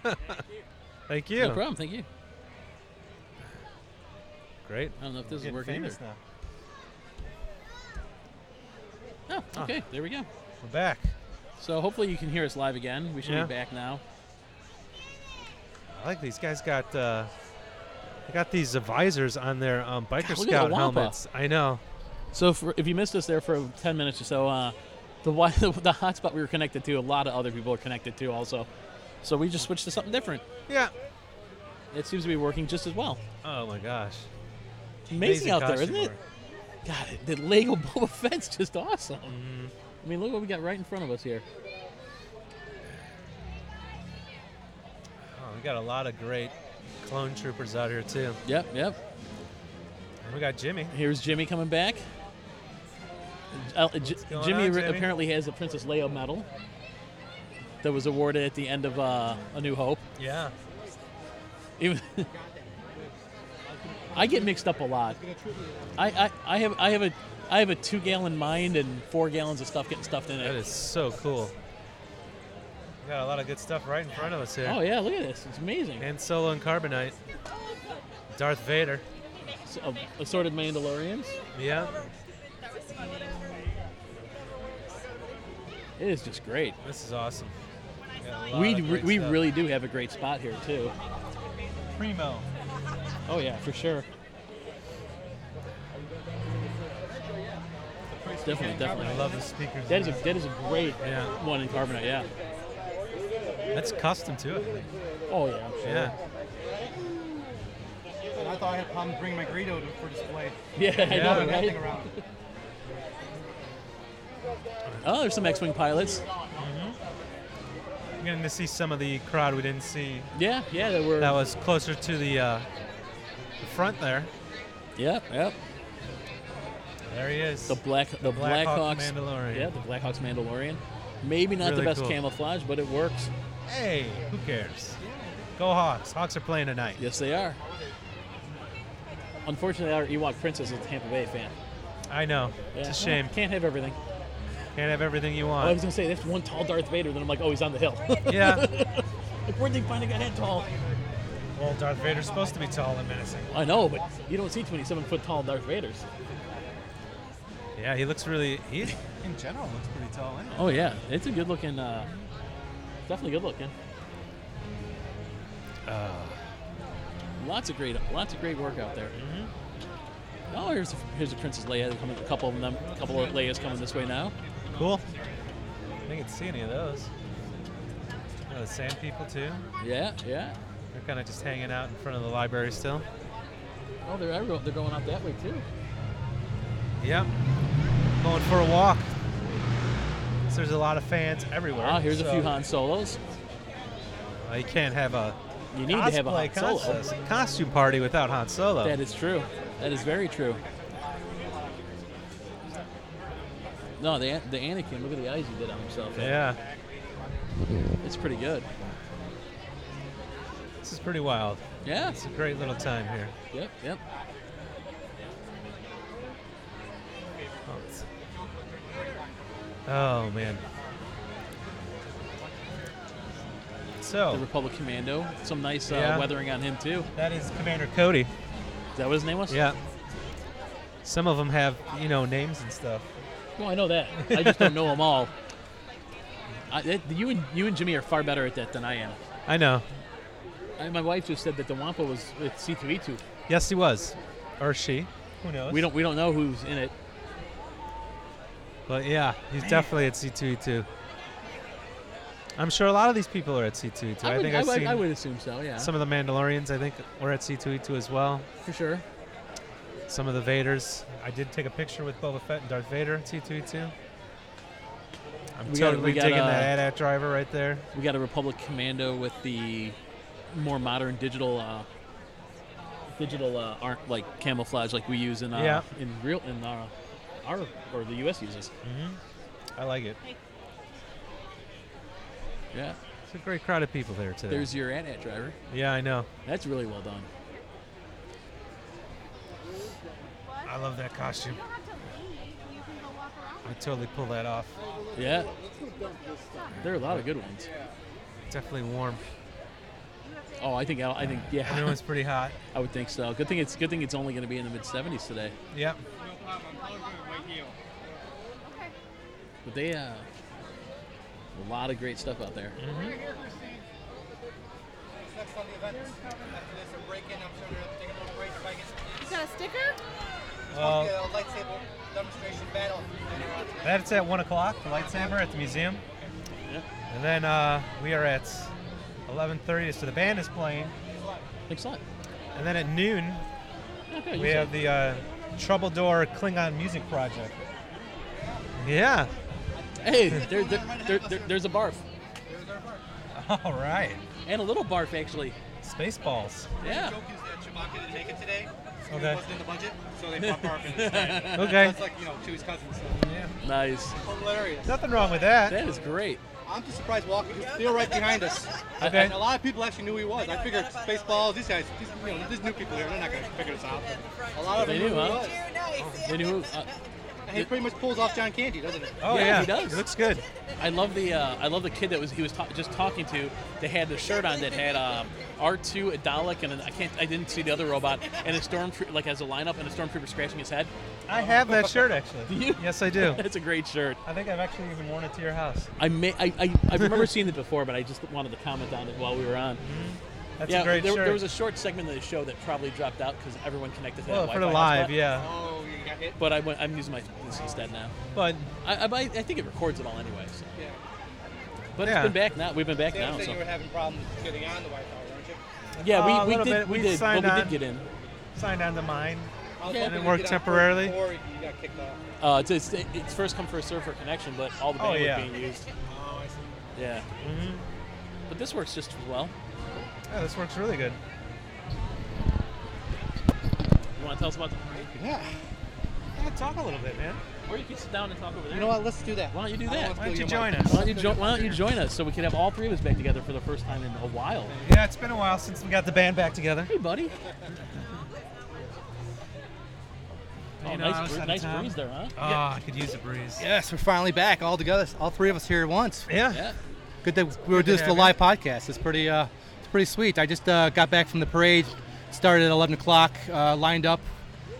B: Thank
A: No
B: you.
A: problem. Thank you.
B: great.
A: I don't know if this is
I: Getting
A: working either.
I: famous now.
A: Oh, okay. There we go.
I: We're back.
A: So hopefully you can hear us live again. We should
B: Yeah.
A: be back now.
B: I like these guys got uh, they got these visors on their um,
A: God, look
B: biker
A: at the
B: scout
A: Wampa.
B: helmets. I know.
A: So for, if you missed us there for 10 minutes or so, uh, the, wi- the hotspot we were connected to, a lot of other people are connected to also. So we just switched to something different.
B: Yeah.
A: It seems to be working just as well.
B: Oh my gosh.
A: Amazing, out there,
B: costume
A: isn't it?
B: work. Mm-hmm.
A: God, the Lego Boba Fett's just awesome. I mean, look what we got right in front of us here.
B: Oh, we got a lot of great clone troopers out here too.
A: Yep, yep.
B: And we got Jimmy.
A: Here's Jimmy coming back. Uh, J-
B: going
A: Jimmy,
B: on,
A: re-
B: Jimmy?
A: apparently has the Princess Leia medal that was awarded at the end of uh, A New Hope.
B: Yeah.
A: Even I get mixed up a lot. I, I, I have I have a I have a two gallon mind and four gallons of stuff getting stuffed in
B: That
A: it.
B: is so cool. We got a lot of good stuff right in front of us here.
A: Oh yeah, look at this! It's amazing.
B: And Solo and Carbonite. Darth Vader.
A: S- uh, assorted Mandalorians.
B: Yeah.
A: It is just great.
B: This is awesome. Got a lot
A: We
B: of
A: d-
B: great
A: we
B: stuff.
A: really do have a great spot here too.
I: Primo.
A: Oh yeah, for sure. Definitely,
B: I
A: definitely.
B: love the speakers.
A: That is a
B: in there.
A: that is a great
B: Yeah.
A: one in Carbonite. Yeah.
B: That's custom to it.
A: Oh yeah. I'm sure.
B: Yeah.
J: And I thought I had problems bringing my Greedo to- for display.
A: Yeah. I
B: Yeah.
A: know,
J: Put that
A: right?
J: thing around.
A: Oh, there's some X-wing pilots.
B: I'm getting to see some of the crowd we didn't see.
A: Yeah, yeah, that were.
B: That was closer to the uh, the front there.
A: Yep, yep.
B: There he is.
A: The black, the
B: Black Hawk
A: Blackhawks.
B: Mandalorian.
A: Yeah, the Blackhawks Mandalorian. Maybe not
B: Really
A: the best
B: cool.
A: camouflage, but it works.
B: Hey, who cares? Go Hawks. Hawks are playing tonight.
A: Yes, they are. Unfortunately, our Ewok princess is a Tampa Bay fan.
B: I know. It's
A: Yeah.
B: a shame.
A: Can't have everything.
B: Can't have everything you
A: Oh, I was
B: want.
A: gonna say that's one tall Darth Vader. Then I'm like, oh, he's on the hill. like,
B: yeah.
A: where'd they find a guy that tall?
B: Well, Darth Vader's supposed to be tall and menacing.
A: I know, but you don't see 27 foot tall Darth Vaders.
B: Yeah, he looks really. He,
J: In general, it looks pretty tall. Anyway.
A: Oh yeah, it's a good looking. Uh, definitely good looking. Uh, Lots of great, lots of great work out there. Oh, here's here's a Princess Leia coming. A couple of them, a couple of Leias coming this way now.
B: cool. I didn't see any of those. You know, the sand people too.
A: Yeah, yeah.
B: They're kind of just hanging out in front of the library still.
A: Oh, they're everyone, they're going out that way too.
B: Yep. Going for a walk. So there's a lot of fans everywhere.
A: Ah, here's a few
B: so-
A: Han Solos.
B: Well, you can't have a
A: You need to have a Han
B: cosplay
A: Solo.
B: contest- costume party without Han Solo.
A: That is true. That is very true. No, the the Anakin. Look at the eyes he did on himself.
B: Yeah.
A: It's pretty good.
B: This is pretty wild.
A: Yeah.
B: It's a great little time here.
A: Yep. Yep.
B: Oh, it's- oh man.
A: The
B: So
A: Republic Commando. Some nice uh,
B: Oh. Yeah.
A: weathering on him too.
B: that is Commander Cody.
A: Is that what his name was?
B: Yeah. Some of them have you know names and stuff.
A: Well, I know that. I just don't know them all. I, that, you and you and Jimmy are far better at that than I am.
B: I know.
A: I, my wife just said that the Wampa was with C3E2.
B: Yes, he was, or she. Who knows?
A: We don't we don't know who's in it.
B: But yeah, he's definitely at C2E2. I'm sure a lot of these people are at C2E2. I,
A: would,
B: think I've
A: would,
B: seen
A: I would assume so. Yeah,
B: some of the Mandalorians. I think were at C2E2 as well.
A: for sure.
B: Some of the Vaders. I did take a picture with Boba Fett and Darth Vader at C2E2. I'm
A: We got- we
B: totally
A: got,
B: digging
A: uh,
B: that AT-AT driver right there.
A: We got a Republic Commando with the more modern digital uh, digital uh, art like camouflage like we use in uh,
B: Yeah.
A: in real in uh, our or the U.S. uses.
B: I like it.
A: Yeah,
B: It's a great crowd of people there today.
A: there's your AT-AT driver.
B: yeah, I know.
A: That's really well done.
B: I love that costume.
F: You don't have to leave. You can go walk around.
B: I totally pull that off.
A: Yeah, there are a lot of good ones.
B: Definitely warm.
A: Oh, I think I think
B: I know
A: yeah,
B: it's pretty hot.
A: I would think so. Good thing it's good thing it's only going to be in the mid 70s today.
B: Yep.
J: Hmm?
A: But they uh, a lot of great stuff out there.
B: Mm-hmm.
J: Next on the event. After this, a break in. I'm sure we're gonna take a little break. If I get
K: Is that a sticker?
B: Well,
J: a lightsaber demonstration battle. later on today.
B: That's at one o'clock. The lightsaber at the museum.
A: Yep.
B: And then uh, we are at 11:30. So the band is playing,
A: Excellent.
B: and then at noon
A: Okay, you
B: we
A: said-
B: have the uh, Troubledore Klingon Music Project. Yeah.
A: Hey, there, there, there, there- there's a barf.
B: All right.
A: And a little barf, actually.
B: Spaceballs.
A: Yeah.
J: The joke is that Chewbacca didn't make it today. so
B: Okay.
J: It wasn't in the budget, so they brought Barf in instead.
B: Okay.
J: That's like, you know, Chewie's cousin. So.
B: Yeah.
A: Nice.
J: Hilarious.
B: Nothing wrong with that.
A: That is great.
J: I'm just surprised Walker because they were right behind us.
B: Okay.
J: And a lot of people actually knew who he was. I figured Spaceballs, these guys, these, you know, there's new people here. They're not going to figure this out. But a lot of
A: They
J: them knew
A: knew,
J: who
E: Oh,
J: he
A: huh?
J: was.
A: They knew, uh,
J: And he pretty much pulls off John Candy, doesn't he?
B: Oh
A: Yeah,
B: yeah.
A: he does.
B: Looks good.
A: I love the uh, I love the kid that was he was ta- just talking to. They had the shirt on that had um, R2, a Dalek, and an, I can't I didn't see the other robot and a stormtrooper like as a lineup and a stormtrooper scratching his head.
B: I have that shirt actually.
A: Do you?
B: Yes, I do.
A: That's a great shirt.
B: I think I've actually even worn it to your house.
A: I may I, I I remember seeing it before, but I just wanted to comment on it while we were on.
B: That's
A: yeah,
B: a great
A: there,
B: shirt.
A: there was a short segment of the show that probably dropped out because everyone connected to
B: well,
A: that
B: for the
A: Wi-Fi
B: live,
A: hotspot.
B: yeah.
J: Oh, you got hit.
A: But I went, I'm using my this instead now.
B: But
A: I, I, I think it records it all anyway. So.
J: Yeah.
A: But
B: Yeah.
A: it's been back now. We've been back
J: Sam
A: now.
J: said you were
A: So.
J: having problems getting on the Wi-Fi, weren't you?
A: Yeah, we,
B: Uh, a
A: we
B: little
A: did
B: bit.
A: we
B: We
A: did
B: signed
A: but we
B: on.
A: did get in.
B: signed on to mine.
J: I was
A: Yeah.
J: hoping
B: Did it
J: you'd
B: work
J: get on
B: temporarily?
J: Before you got kicked off.
A: Uh, it's, it's, it's first come first serve for connection, but all the
B: Oh,
A: bandwidth
B: yeah.
A: being used.
J: Oh, I see.
A: Yeah,
B: Mm-hmm.
A: but this works just as well.
B: Yeah, this works really good.
A: You want to tell us about the
J: Yeah.
B: Yeah, talk a little bit, man.
A: or you can sit down and talk over there.
J: You know what? Let's do that.
A: Why don't you do
J: I
A: that?
B: Why
J: wanna
B: don't
J: steal
B: you
J: your
B: join
J: mic.
B: us?
A: Why don't you jo- Why don't you join us so we can have all three of us back together for the first time in a while?
B: Yeah, it's been a while since we got the band back together.
A: Hey, buddy. Oh,
B: You know, I
A: nice,
B: was
A: br-
B: out of
A: nice
B: town.
A: breeze there, huh?
B: Ah, I could use a breeze.
J: Yes, we're finally back all together. All three of us here at once.
B: Yeah.
A: Yeah.
J: Good that we were
B: to
J: doing this for the
B: have
J: live podcast. It's pretty, uh, it's pretty sweet. I just uh, got back from the parade. Started at 11 o'clock. Uh, lined up,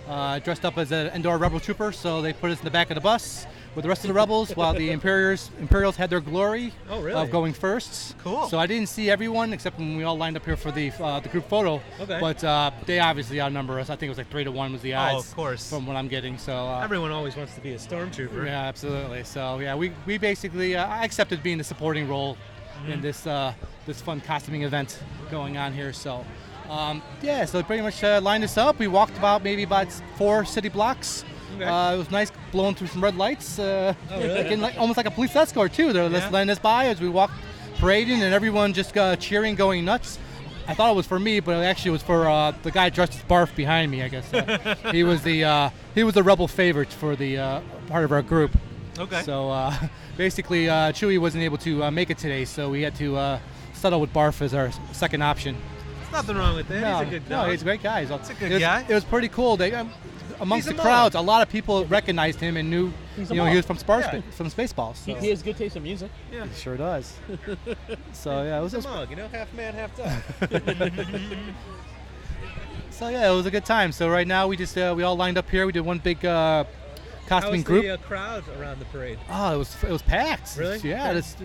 J: uh, dressed up as an indoor rebel trooper. So they put us in the back of the bus with the rest of the rebels, while the Imperials Imperials had their glory
B: Oh, really?
J: of going first.
B: Cool.
J: So I didn't see everyone except when we all lined up here for the uh, the group photo.
B: Okay. Oh,
J: But uh, they obviously outnumber us. I think it was like three to one was the odds.
B: of course.
J: From what I'm getting, so uh,
B: Everyone always wants to be a stormtrooper.
J: yeah, absolutely. So yeah, we, we basically uh, I accepted being the supporting role in this uh, this fun costuming event going on here. So um, yeah, so pretty much uh, lined us up. We walked about maybe about four city blocks.
B: Okay.
J: Uh, it was nice blowing through some red lights. Uh,
B: Oh, really?
J: like in, like, almost like a police escort too. They're
B: Yeah.
J: just letting us by as we walked parading, and everyone just uh, cheering, going nuts. I thought it was for me, but it actually was for uh, the guy dressed as Barf behind me. I guess uh, he was the uh, he was the rebel favorite for the uh, part of our group.
B: Okay.
J: So uh, basically, uh, Chewy wasn't able to uh, make it today, so we had to uh, settle with Barf as our s- second option.
B: There's nothing wrong with that. he's a good
J: no,
B: dog.
J: he's a great guy. He's a,
B: He's a good
J: it was,
B: guy.
J: It was pretty cool. They, um, amongst
B: He's a
J: the
B: mole.
J: crowds, a lot of people recognized him and knew,
D: He's a
J: you know, he
D: mole.
J: was from, Spar-
B: Yeah.
J: from Spaceballs. So.
D: He, he has good taste in music.
B: yeah.
J: He sure does. so yeah, it was, it
B: He's
J: was
B: a mug, you know, half man, half dog.
J: so yeah, it was a good time. So right now we just uh, we all lined up here. We did one big uh,
B: How
J: costuming
B: was
J: group.
B: the uh, crowd around the parade?
J: Oh, it was it was packed.
B: Really?
J: Yeah. It's,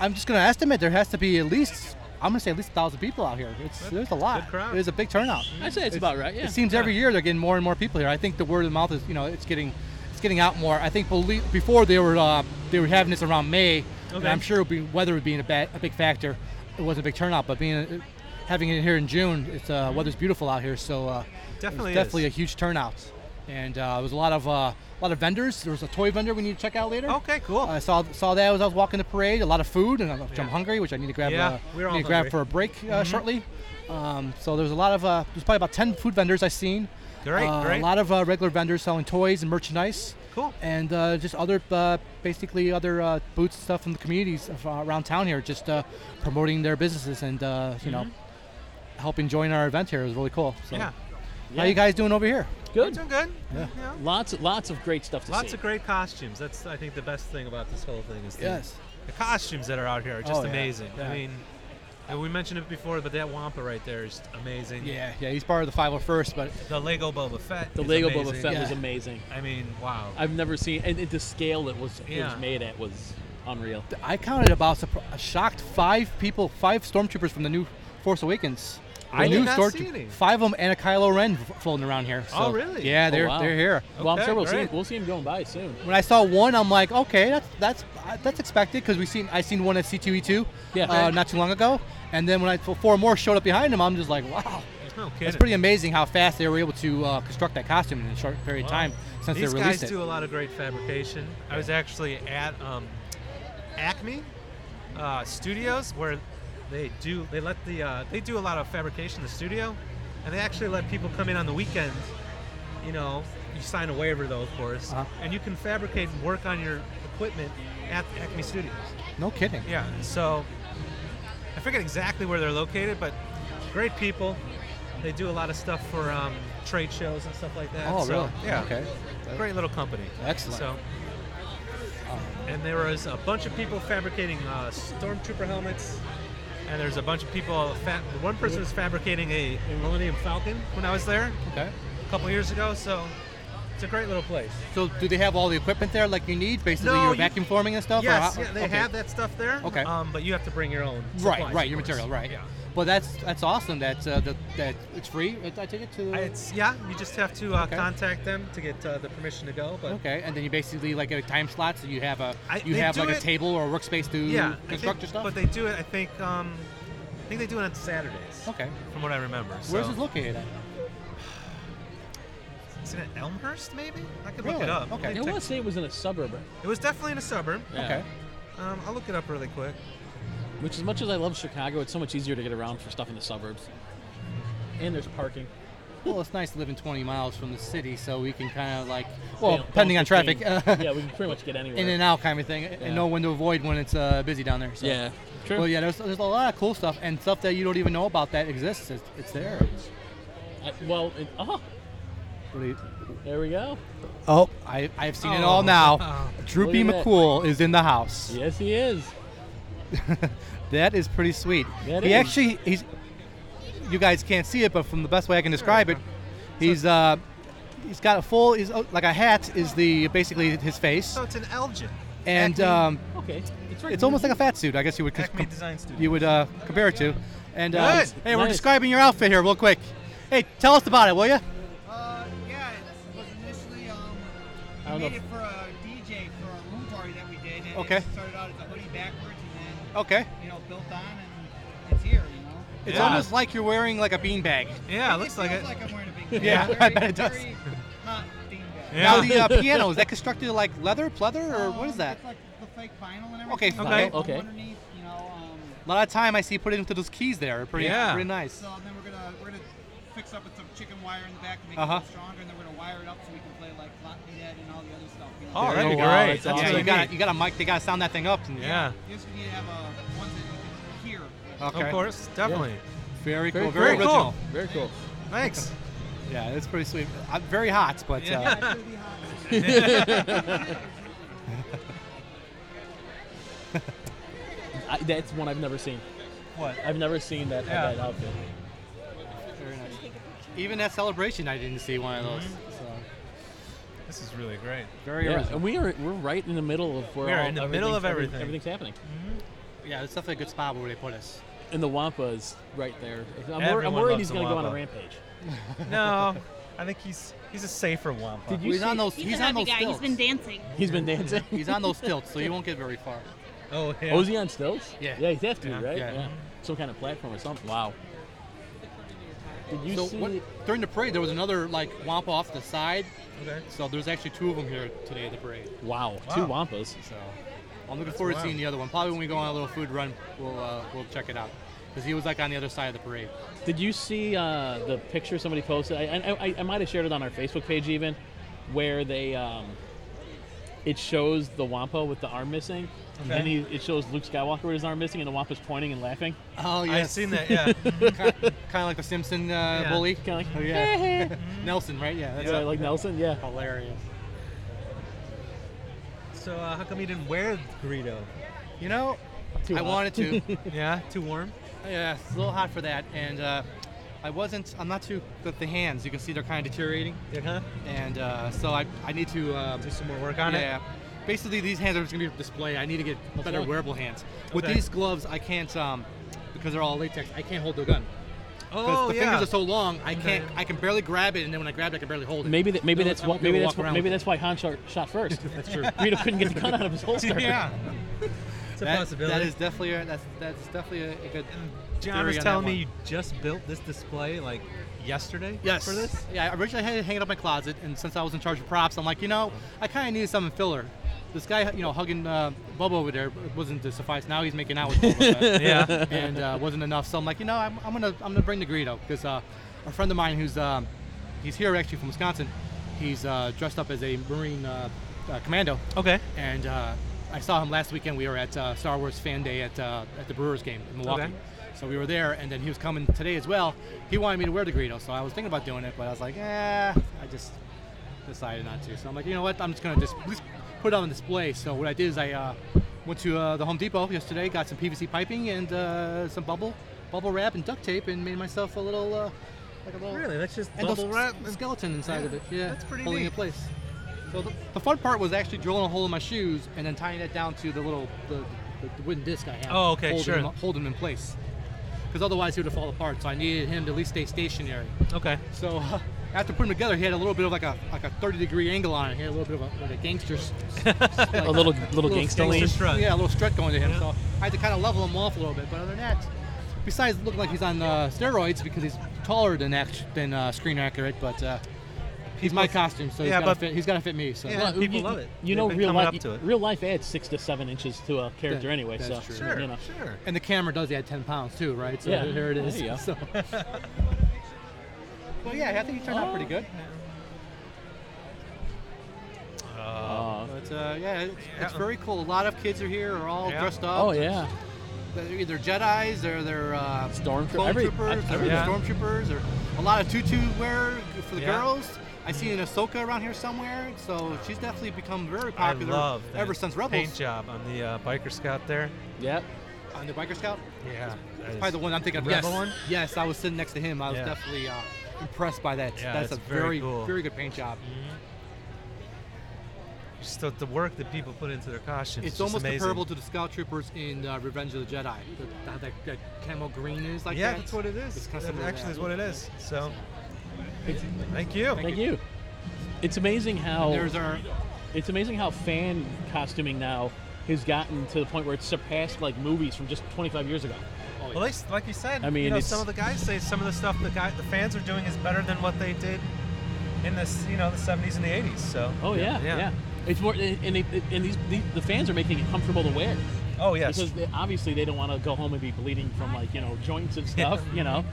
J: I'm just gonna estimate there has to be at least I'm gonna say at least a thousand people out here. It's there's a lot.
B: good crowd. Mm-hmm.
J: It was a big turnout.
A: I'd say it's about right. Yeah.
J: It seems every year they're getting more and more people here. I think the word of mouth is you know it's getting it's getting out more. I think belie- before they were uh, they were having this around May, and
B: Okay.
J: I'm sure it'd be, weather would be a, ba- a big factor. It wasn't a big turnout, but being uh, having it here in June, it's uh, weather's beautiful out here, so uh,
B: Mm-hmm. Definitely
J: it was
B: is.
J: definitely a huge turnout. And uh, there was a lot of uh, a lot of vendors. There was a toy vendor we need to check out later.
B: Okay, cool.
J: I saw saw that as I was walking the parade. A lot of food, and I'm, which I'm
B: Yeah.
J: hungry, which I need to grab.
B: Yeah,
J: uh,
B: we're all
J: need to
B: hungry.
J: grab
B: Mm-hmm.
J: for a break uh, shortly. Um, so there's a lot of uh, there's probably about ten food vendors I seen.
B: Great,
J: Uh,
B: great.
J: A lot of uh, regular vendors selling toys and merchandise,
B: cool.
J: and uh, just other uh, basically other uh, boots and stuff from the communities of, uh, around town here, just uh, promoting their businesses and uh, you know helping join our event here. It was really cool. So
B: Mm-hmm. yeah.
J: how you guys doing over here?
B: We're
D: Good.
B: doing good. Yeah.
D: Lots, lots of great stuff to
B: Lots
D: see.
B: of great costumes. That's I think the best thing about this whole thing is the,
J: Yes.
B: the costumes that are out here are just
J: Oh, yeah.
B: amazing.
J: Yeah.
B: I mean, and we mentioned it before, but that Wampa right there is amazing.
J: Yeah, yeah. He's part of the 501st, but
B: The Lego Boba Fett.
D: the
B: is
D: Lego
B: amazing.
D: Boba Fett was
J: Yeah.
D: amazing.
B: I mean, wow.
D: I've never seen, and, and the scale it was, it
B: Yeah.
D: was made at was unreal.
J: I counted about surpri- a shocked five people, five stormtroopers from the new Force Awakens. The
B: I did
J: new
B: not
J: stormtroo-
B: see any.
J: Five of them and a Kylo Ren f- floating around here.
B: Oh,
J: so-
B: really?
J: Yeah, they're
D: wow.
J: they're here.
D: well, I'm
B: Okay,
D: sure we'll see,
B: great.
D: we'll see him going by soon.
J: When I saw one, I'm like, okay, that's that's uh, that's expected because we seen I seen one at C2E2
D: Yeah.
J: uh, not too long ago, and then when I four more showed up behind him, I'm just like, wow,
B: No
J: it's
B: kidding.
J: pretty amazing how fast they were able to uh, construct that costume in a short period of
B: Wow.
J: time since
B: These
J: they
B: guys
J: released it.
B: do a lot of great fabrication. I was actually at um, Acme uh, Studios where they do they let the uh, they do a lot of fabrication in the studio, and they actually let people come in on the weekends. You know, you sign a waiver though, of course,
J: Uh-huh.
B: and you can fabricate and work on your equipment at Acme Studios.
J: No kidding.
B: Yeah, so I forget exactly where they're located, but great people. They do a lot of stuff for um, trade shows and stuff like that.
J: Oh,
B: so,
J: really?
B: Yeah.
J: Okay.
B: Great little company.
J: Excellent.
B: So, um, and there was a bunch of people fabricating uh, stormtrooper helmets, and there's a bunch of people. uh, Fa- one person was fabricating a Millennium Falcon when I was there
J: Okay.
B: a couple years ago. So, it's a great little place.
J: So do they have all the equipment there like you need? Basically,
B: No,
J: your
B: you-
J: vacuum forming and stuff. or
B: yes,
J: how-
B: yeah, they
J: okay.
B: have that stuff there.
J: Okay.
B: Um, but you have to bring your own. supplies,
J: Right, right,
B: of
J: your
B: course.
J: material, right.
B: Yeah.
J: Well, that's that's awesome. That uh, the, that it's free. I- I take it to.
B: Uh, It's yeah. You just have to uh,
J: Okay.
B: contact them to get uh, the permission to go. But
J: okay, and then you basically like get a time slot, so you have a
B: I-
J: you
B: they
J: have
B: do
J: like a
B: it-
J: table or a workspace to
B: yeah, I
J: construct
B: think-
J: your stuff.
B: But they do it. I think. Um, I think they do it on Saturdays.
J: okay,
B: From what I remember.
J: where's
B: so.
J: this located at?
B: Is it at Elmhurst, maybe? I could look
J: Really?
B: it up.
J: Okay.
B: Let
D: I
B: me
D: want
B: check-
D: to say it was in a suburb.
B: It was definitely in a suburb.
D: Yeah.
J: Okay,
B: Um, I'll look it up really quick.
D: Which, as much as I love Chicago, it's so much easier to get around for stuff in the suburbs. And there's parking.
J: well, it's nice living 20 miles from the city, so we can kind of like well,
D: Yeah,
J: depending on traffic,
D: 15. yeah, we can pretty much get anywhere.
J: in and out kind of thing, and know when to avoid when it's uh, busy down there. So.
D: Yeah, true.
J: Well, yeah, there's, there's a lot of cool stuff and stuff that you don't even know about that exists. It's, it's there. It's
D: I, well, it, oh,
J: really-
D: there we go.
J: Oh, I, I've seen it
B: Oh.
J: all now. Droopy
D: Look at that.
J: McCool is in the house.
D: Yes, he is.
J: That is pretty sweet.
D: That
J: he
D: is.
J: actually, he's, you guys can't see it, but from the best way I can describe it, he's uh, he's got a full, he's uh, like a hat is the basically his face,
B: So it's an Elgin.
J: and
B: Acme,
J: um,
D: Okay, it's right.
J: it's almost like a fat suit. I guess you would
B: Acme
J: com-
B: Design Studio.
J: you would uh, compare it to. And uh,
B: Good.
J: hey, we're
D: Nice.
J: describing your outfit here real quick. Hey, tell us about it, will you?
L: Uh, yeah, it was initially um,
D: I don't
L: we
D: know
L: made
D: if-
L: it for a DJ for a room party that we did. And
J: Okay.
L: It started out as a hoodie backwards and then
J: Okay.
L: you know built on and it's here. You know.
J: It's
B: Yeah.
J: almost like you're wearing like a beanbag.
B: yeah, it looks like
L: feels
B: it.
L: like I'm wearing a big bag.
J: Yeah,
L: very,
J: I bet it does.
L: Very hot bean bag.
B: Yeah.
J: Now the uh, piano is that constructed of, like leather, pleather, or what is
L: Um,
J: that?
L: It's like the fake vinyl and
J: Okay,
L: everything.
B: Okay.
L: Um,
D: okay.
L: Underneath, you know. Um,
J: A lot of time I see put into those keys there. Pretty,
B: Yeah.
J: pretty nice.
L: so then we're gonna we're gonna fix up with some chicken wire in the back to make
J: Uh-huh.
L: it a little stronger, and then we're gonna wire it up so we can play like Floppy Dead and all the other stuff. You know?
M: Oh,
J: Yeah,
M: that'd be
J: oh, wow,
M: great.
J: that's
M: That's
J: awesome.
M: really
J: you got
M: neat.
J: you got a mic. They got to sound that thing up. and-
M: Yeah.
L: You just need to have uh, ones that you can hear.
B: Oh,
J: Okay.
M: Of course, definitely.
J: Very cool.
A: Very
J: Very,
M: cool.
J: original.
A: Very cool.
M: Thanks.
J: Yeah, it's pretty sweet. i very hot, but uh,
L: Yeah, it's gonna be hot.
A: I, that's one I've never seen.
B: What?
A: I've never seen that,
B: Yeah.
A: that outfit.
J: even at celebration, I didn't see one of those. So
B: This is really great.
J: very
A: Yeah,
J: original.
A: and we are we're right in the middle of where
B: We are
A: all-
B: in the middle of
A: everything's-
B: everything.
A: Everything's happening.
J: Yeah, it's definitely a good spot where they put us.
A: And the Wampa's right there. I'm, wor- I'm
B: Everyone
A: worried
B: loves
A: he's
B: the
A: going to go on a
B: Wampa.
A: rampage.
B: No, I think he's he's a safer Wampa.
A: Did you
J: he's
A: see-
J: on those.
E: He's,
J: He's, on
E: a happy
J: those
E: guy.
J: stilts.
E: He's been dancing.
A: He's been dancing.
J: He's on those stilts, so you won't get very far.
B: Oh yeah.
A: Oh, is he on stilts?
J: Yeah.
A: Yeah, he's have to,
B: Yeah.
A: right?
J: Yeah.
A: Some kind of platform or something. Wow. Did you
J: so
A: see?
J: what, during the parade, there was another like wampa off the side.
B: Okay.
J: So there's actually two of them here today at the parade.
A: Wow, two
B: Wow.
A: Wampas.
J: So I'm looking forward to seeing
B: wild.
J: the other one. Probably when we go on a little food run, we'll uh, we'll check it out because he was like on the other side of the parade.
A: Did you see uh, the picture somebody posted? I, I, I, I might have shared it on our Facebook page even, where they um, it shows the Wampa with the arm missing,
B: Okay.
A: and he, it shows Luke Skywalker with his arm missing, and the Wampa's pointing and laughing.
J: Oh
B: I've seen that. Yeah.
J: kind of like the Simpson uh,
B: Yeah.
J: bully.
A: Kind of like,
J: Oh, yeah. Nelson, right? Yeah, that's
A: yeah, like Nelson, yeah.
J: hilarious.
B: so uh, how come you didn't wear Greedo?
J: You know,
A: Too
J: I
A: hot.
J: wanted to.
B: Yeah. Too warm.
J: yeah, it's a little hot for that, and uh, I wasn't. I'm not too good with the hands. You can see they're kind of deteriorating,
B: Yeah. Huh?
J: and uh, so I, I need to. Um,
B: Do some more work on
J: yeah. Basically, these hands are just gonna be for display. I need to get better
A: fine.
J: wearable hands. With
B: Okay.
J: these gloves, I can't um, because they're all latex. I can't hold the gun.
B: it.
J: 'Cause
B: Oh
J: the
B: yeah.
J: fingers are so long, I can't.
B: Okay.
J: I can barely grab it, and then when I grab it, I can barely hold it.
A: Maybe that maybe
J: No,
A: that's
J: I
A: what
J: won't be
A: maybe
J: able to
A: that's
J: walk
A: what,
J: around
A: maybe
J: with
A: that's why Han shot, shot first.
J: That's true.
A: Greedo couldn't get the gun out of his holster.
B: yeah. It's a
J: That-
B: possibility.
J: That is definitely a, that's that's definitely a, a good.
B: John
J: theory
B: was
J: on that
B: telling me
J: one.
B: you just built this display like yesterday. For this.
J: Yeah, I originally had it hanging up in my closet, and since I was in charge of props, I'm like, you know, I kind of needed something filler. This guy, you know, hugging uh, Bubba over there wasn't to suffice. Now he's making out with Bubba,
M: Yeah.
J: but- and uh, wasn't enough. So I'm like, you know, I'm, I'm gonna I'm gonna bring the Greedo because uh, a friend of mine who's um, he's here actually from Wisconsin. He's uh, dressed up as a Marine uh, uh, commando,
M: Okay.
J: and uh, I saw him last weekend. We were at uh, Star Wars Fan Day at uh, at the Brewers game in Milwaukee.
M: Okay.
J: So we were there, and then he was coming today as well. He wanted me to wear the Greedo, so I was thinking about doing it, but I was like, eh, I just decided not to. So I'm like, you know what? I'm just gonna just just put it on display. So what I did is I uh, went to uh, the Home Depot yesterday, got some PVC piping and uh, some bubble bubble wrap and duct tape, and made myself a little uh, like a little
B: Really? That's just
J: and
B: bubble
J: the
B: wrap.
J: skeleton inside of it. Yeah,
B: that's pretty
J: holding
B: neat.
J: in place. So the, the fun part was actually drilling a hole in my shoes and then tying it down to the little the, the, the wooden disc I have.
M: Oh, okay,
J: holding
M: sure.
J: Him, holding him in place. Because otherwise he would have fallen apart. So I needed him to at least stay stationary.
M: Okay.
J: So uh, after putting him together, he had a little bit of like a like a 30 degree angle on it. He had a little bit of a, like a gangster. s- s- like-
A: A little little gangster
B: gangster
A: lean.
B: strut.
J: yeah, a little strut going to him. So I had to kind of level him off a little bit. But other than that, besides looking like he's on uh, steroids because he's taller than act- than uh, screen accurate, but uh, he's my costume, so he's
M: Yeah,
J: gotta
M: but-
J: fit. He's gotta fit me. So
B: Yeah.
A: Well,
B: people
A: you,
B: love it.
A: You
B: They've
A: know,
B: been
A: real
B: coming
A: life,
B: up to it.
A: real life adds six to seven inches to a character
J: That-
A: anyway.
J: that's
A: so
J: true.
B: Sure.
A: you know.
B: Sure.
J: and the camera does add 10 pounds too, right? So
A: Yeah.
J: there it is.
A: There you go.
J: So. well, yeah, I think he turned out pretty good.
A: Uh,
J: But uh, yeah, it's, it's
B: Yeah.
J: very cool. A lot of kids are here, are all
B: Yeah.
J: dressed up.
A: oh yeah.
J: They're either Jedi's or they're uh,
A: Stormtrooper-
J: clone
A: every-
J: troopers
A: I-
J: or
A: every-
M: Yeah.
J: stormtroopers or a lot of tutu wear for the
B: Yeah.
J: girls. I see an Ahsoka around here somewhere, so she's definitely become very
M: I
J: popular
M: love that
J: ever since
M: paint
J: Rebels
M: job on the uh, biker scout there.
A: Yep.
J: on the Biker Scout.
M: Yeah. that is-
J: Probably the one I'm thinking of.
M: Rebel
J: yes,
M: one?
J: yes, I was sitting next to him. I was
M: Yeah.
J: definitely uh, impressed by that.
M: Yeah,
J: That's
M: it's
J: a
M: very
J: very,
M: cool.
J: very good paint job.
M: Just the, the work that people put into their costumes.
J: It's
M: just
J: almost
M: amazing.
J: comparable to the Scout Troopers in uh, Revenge of the Jedi. The- How that, that camo green is like
B: yeah,
J: that.
B: that's what it is.
J: It's
B: That
J: kinda similar to
B: actually
J: that.
B: is what it is. So, thank you.
A: Thank you. It's amazing how
J: There's our
A: it's amazing how fan costuming now has gotten to the point where it's surpassed like movies from just 25 years ago.
B: Well, like, like you said,
A: I mean,
B: you know,
A: it's-
B: some of the guys say some of the stuff the guy, the fans are doing is better than what they did in this, you know, the 70s and the 80s. So,
A: Oh yeah,
M: Yeah.
A: yeah. It's more, and, and, they, and these, these the fans are making it comfortable to wear
B: oh yes,
A: because they, obviously they don't want to go home and be bleeding from like you know joints and stuff. you know,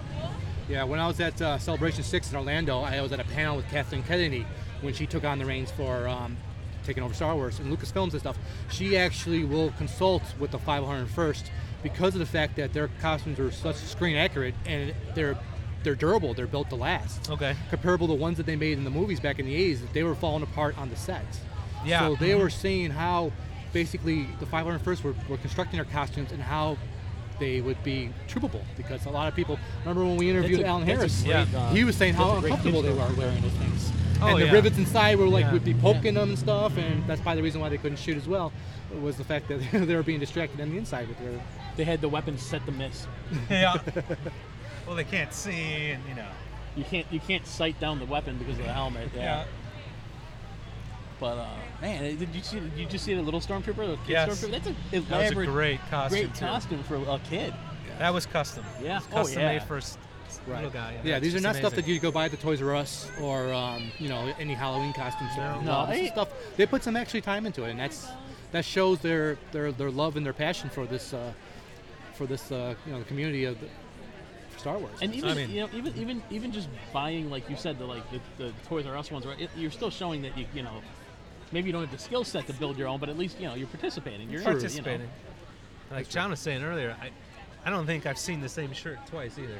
J: Yeah, when I was at uh, Celebration 6 in Orlando, I was at a panel with Kathleen Kennedy when she took on the reins for um, taking over Star Wars and Lucasfilms and stuff. She actually will consult with the 501st because of the fact that their costumes are such screen accurate and they're they're durable, they're built to last.
N: Okay.
J: Comparable to ones that they made in the movies back in the 80s, they were falling apart on the sets.
N: Yeah. Mm-hmm.
J: So they were seeing how basically the 501st were, were constructing their costumes and how they would be troopable because a lot of people remember when we interviewed
A: That's a-
J: Alan
A: that's a
J: Harris
N: Yeah.
A: great, uh,
J: he was saying how
A: that's a great
J: uncomfortable they
A: digital.
J: were wearing those things.
N: Oh,
J: and the
N: yeah.
J: rivets inside were like
N: Yeah.
J: would be poking them and stuff, and that's probably the reason why they couldn't shoot as well. Was the fact that they were being distracted on the inside with their
A: They had the weapons set to miss.
B: yeah. Well, they can't see, and you know.
A: You can't you can't sight down the weapon because of the helmet. Yeah. But uh, man, did you see? Did you just see the little stormtrooper? The kid
B: Yes.
A: stormtrooper. That's an
B: That was
A: elaborate,
B: a great costume.
A: great
B: too.
A: costume for a kid.
B: That was custom.
A: Yeah.
B: It was
A: Oh,
B: custom
A: yeah.
B: made for s- little guy.
J: Yeah, these are
B: it's
J: not stuff that
B: amazing.
J: you go buy at the Toys R Us or um, you know any Halloween costume store.
A: No.
J: this is
A: I-
J: stuff they put some actually time into it, and that's that shows their their, their love and their passion for this uh, for this uh, you know the community of the, for Star Wars.
A: And even
B: I mean-
A: you know, even even even just buying, like you said, the like the, the Toys R Us ones, right? It, you're still showing that you you know, maybe you don't have the skill set to build your own, but at least you know you're participating. You're
B: participating.
A: You know,
N: Like John was saying earlier, I, I don't think I've seen the same shirt twice either.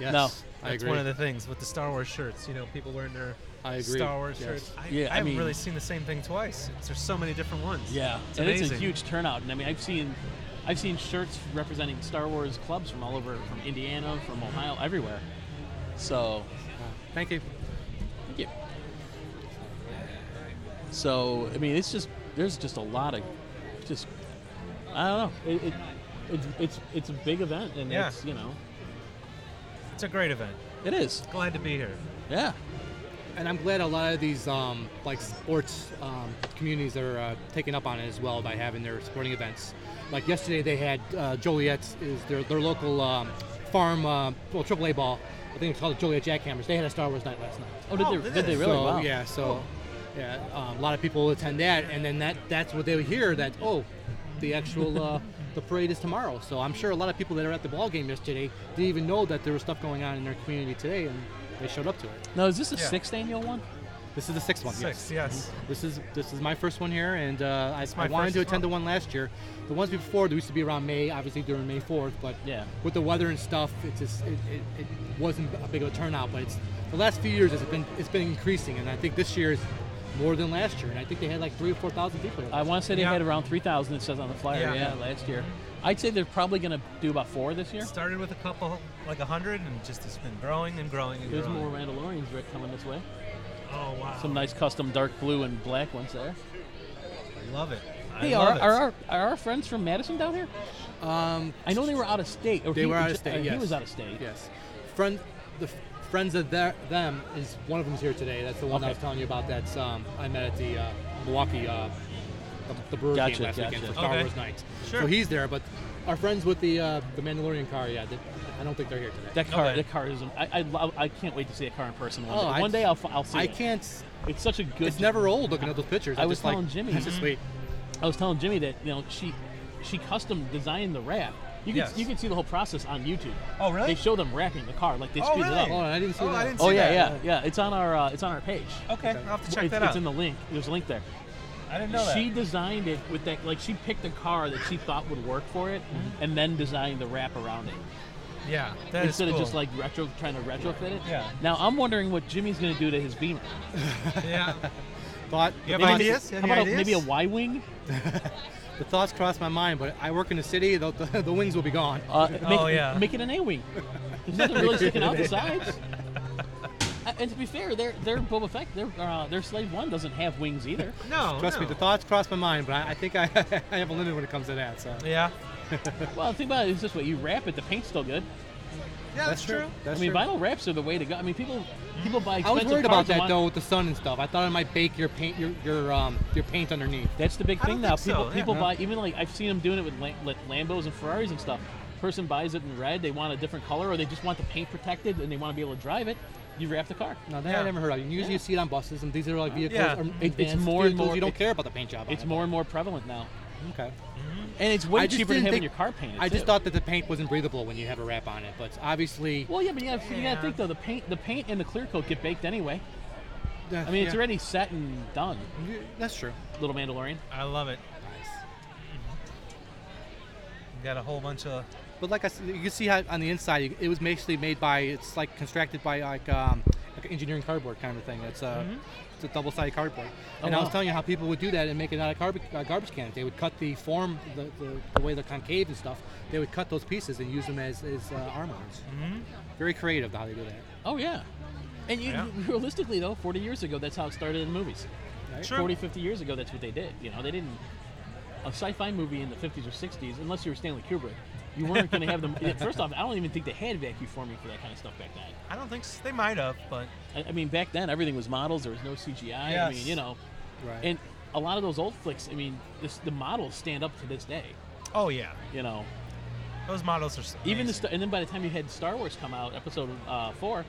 J: yes,
A: no.
J: I
N: That's
J: agree.
N: one of the things with the Star Wars shirts. You know, people wearing their
J: I agree,
N: Star Wars
J: yes.
N: shirts. I,
A: Yeah,
N: I
A: I
N: haven't
A: mean-
N: really seen the same thing twice. It's- There's so many different ones.
A: yeah,
N: it's
A: and
N: amazing.
A: it's a huge turnout. And I mean, I've seen, I've seen shirts representing Star Wars clubs from all over, from Indiana, from Ohio, everywhere. So
J: Thank you.
A: Thank you. So I mean, it's just there's just a lot of just I don't know. It, it, it's it's it's a big event, and
B: Yeah.
A: it's you know
B: It's a great event.
A: it is.
B: Glad to be here.
A: Yeah.
J: And I'm glad a lot of these um, like sports um, communities are uh, taking up on it as well by having their sporting events. Like yesterday, they had uh, Joliet's is their their local um, farm uh, well AAA ball. I think it's called the Joliet Jackhammers. They had a Star Wars night last night.
A: Oh, did
B: Oh,
A: they?
B: it
A: Did they
B: is.
A: really?
J: so
A: wow.
J: yeah, so yeah, um, a lot of people attend that, and then that that's what they hear that oh, the actual uh, the parade is tomorrow. So I'm sure a lot of people that are at the ball game yesterday didn't even know that there was stuff going on in their community today, and they showed up to it.
A: Now is this the
B: Yeah.
A: sixth annual one?
J: This is the sixth one. yes. Mm-hmm.
B: Six, yes.
J: This is this is my first one here, and uh, I,
B: my
J: I wanted
B: first
J: to
B: as
J: attend the
B: well.
J: one last year. The ones before there used to be around May, obviously during May Fourth, but
A: Yeah.
J: with the weather and stuff, it just it, it, it wasn't a big of a turnout. But it's the last few years it's been it's been increasing, and I think this year is more than last year. And I think they had like three or four thousand people. Here
A: I want to say they
B: Yeah.
A: had around three thousand. It says on the flyer.
B: Yeah.
A: Yeah. last year. I'd say they're probably going to do about four this year.
B: Started with a couple, like a hundred, and just it's been growing and growing and
A: There's
B: growing.
A: more Mandalorians right coming this way.
B: Oh wow!
A: Some nice custom dark blue and black ones there.
B: Love it. I
A: Hey,
B: love
A: are,
B: it. Oh,
A: are, our, are our friends from Madison down here?
J: Um,
A: I know they were out of state. Or
J: They
A: he-
J: were out
A: ju-
J: of state.
A: uh,
J: yes,
A: He was out of state.
J: Yes, friend, the f- friends of their, them is one of them's here today. That's the one I was telling you about. That's um, I met at the uh, Milwaukee, uh, the, the brewer
A: Gotcha,
J: game last weekend
A: gotcha.
J: for Star
B: Okay.
J: Wars night.
B: Sure.
J: So he's there, but our friends with the uh, the Mandalorian car, yeah, they, I don't think they're here today.
A: That car,
B: Okay.
A: that car is. I, I, lo- I can't wait to see that car in person. One
J: Oh,
A: day.
J: I-
A: one day I'll, f- I'll see
J: I
A: it.
J: can't.
A: It's such a good.
J: It's never old looking at those pictures.
A: I
J: I'm
A: was
J: just like,
A: telling Jimmy-
J: That's just
B: Mm-hmm.
J: sweet.
A: I was telling Jimmy that you know she, she custom designed the wrap. You can
B: Yes.
A: you can see the whole process on YouTube.
B: Oh, really?
A: They show them wrapping the car like they
B: Oh,
A: speed it
J: Oh,
B: really?
A: up.
J: I didn't see
B: Oh,
J: that.
B: I didn't
A: Oh
B: see
A: yeah,
B: that.
A: yeah, yeah. It's on our uh, it's on our page.
B: Okay, I'll have to check
A: it's,
B: that
A: it's
B: out.
A: in the link. There's a link there.
B: I didn't know that.
A: She designed it with that like she picked a car that she thought would work for it, and then designed the wrap around it.
B: yeah, Mm-hmm. that is
A: instead of
B: cool.
A: just like retro trying to retrofit it.
B: Yeah.
A: Now I'm wondering what Jimmy's gonna do to his Beamer.
B: yeah.
J: Thought
B: You have
J: thoughts-
B: ideas?
A: How
B: You have
A: about
B: any
A: a-
B: ideas?
A: maybe a Y wing?
J: The thoughts crossed my mind, but I work in the city. The, the, the wings will be gone.
A: Uh, make,
B: Oh, yeah.
A: make it an A wing. There's nothing really sticking out the sides. Uh, And to be fair, their their Boba Fett, their uh, their Slave One doesn't have wings either.
B: No.
J: Trust me,
B: no.
J: the thoughts crossed my mind, but I, I think I, I have a limit when it comes to that. So
B: Yeah.
A: Well, think about it. It's this way: you wrap it, the paint's still good.
B: Yeah, that's, true.
J: That's
A: I mean,
J: true.
A: vinyl wraps are the way to go. I mean, people people buy.
J: I
A: Expensive
J: was worried
A: cars
J: about
A: and
J: that
A: want-
J: though with the sun and stuff. I thought it might bake your paint, your your um your paint underneath.
A: That's the big
B: I don't
A: thing now.
B: think
A: People
B: so, yeah.
A: people buy even like I've seen them doing it with Lam- like Lambos and Ferraris and stuff. Person buys it in red. They want a different color, or they just want the paint protected and they want to be able to drive it. You wrap the car.
J: No, that
B: Yeah.
J: I never heard of. Usually you see it on buses, and these are like vehicles.
B: Yeah.
J: Or
A: it's
J: advanced
A: more and
J: vehicles,
A: more-
J: You don't
A: it-
J: care about the paint job. on
A: It's
J: it.
A: more and more prevalent now.
J: okay.
A: And it's way
J: I just
A: cheaper than
J: didn't
A: having
J: think-
A: your car painted.
J: I just
A: too.
J: thought that the paint wasn't breathable when you have a wrap on it, but obviously,
A: Well, yeah, but you gotta, you
B: Yeah.
A: gotta think though. The paint, the paint and the clear coat get baked anyway. I mean, it's
J: Yeah.
A: already set and done.
J: That's true.
A: Little Mandalorian.
B: I love it. Mm-hmm. Got a whole bunch of
J: But like I said, you can see how on the inside it was basically made by it's like constructed by like um, like engineering cardboard kind of thing. It's a it's a double-sided cardboard.
A: Mm-hmm. Oh,
J: and I was
A: wow.
J: telling you how people would do that and make it out of garbage uh, garbage cans. They would cut the form the, the, the way they're concave and stuff. They would cut those pieces and use them as as uh, armors.
A: Mm-hmm.
J: Very creative how they do that.
A: Oh yeah. And you,
B: Yeah.
A: realistically though, 40 years ago, that's how it started in movies.
J: Right?
B: True.
A: 40, 50 years ago, that's what they did. You know, they didn't. A sci-fi movie in the 50s or 60s, unless you were Stanley Kubrick, you weren't going to have them. yeah, First off, I don't even think they had vacuum forming for that kind of stuff back then.
B: I don't think s they might have, but
A: I, I mean, back then everything was models. There was no CGI. I
B: Yes.
A: mean, you know,
J: Right.
A: and a lot of those old flicks. I mean, this, the models stand up to this day.
B: oh yeah,
A: You know,
B: those models are s-
A: Even the
B: amazing.
A: st- and then by the time you had Star Wars come out, Episode uh, Four,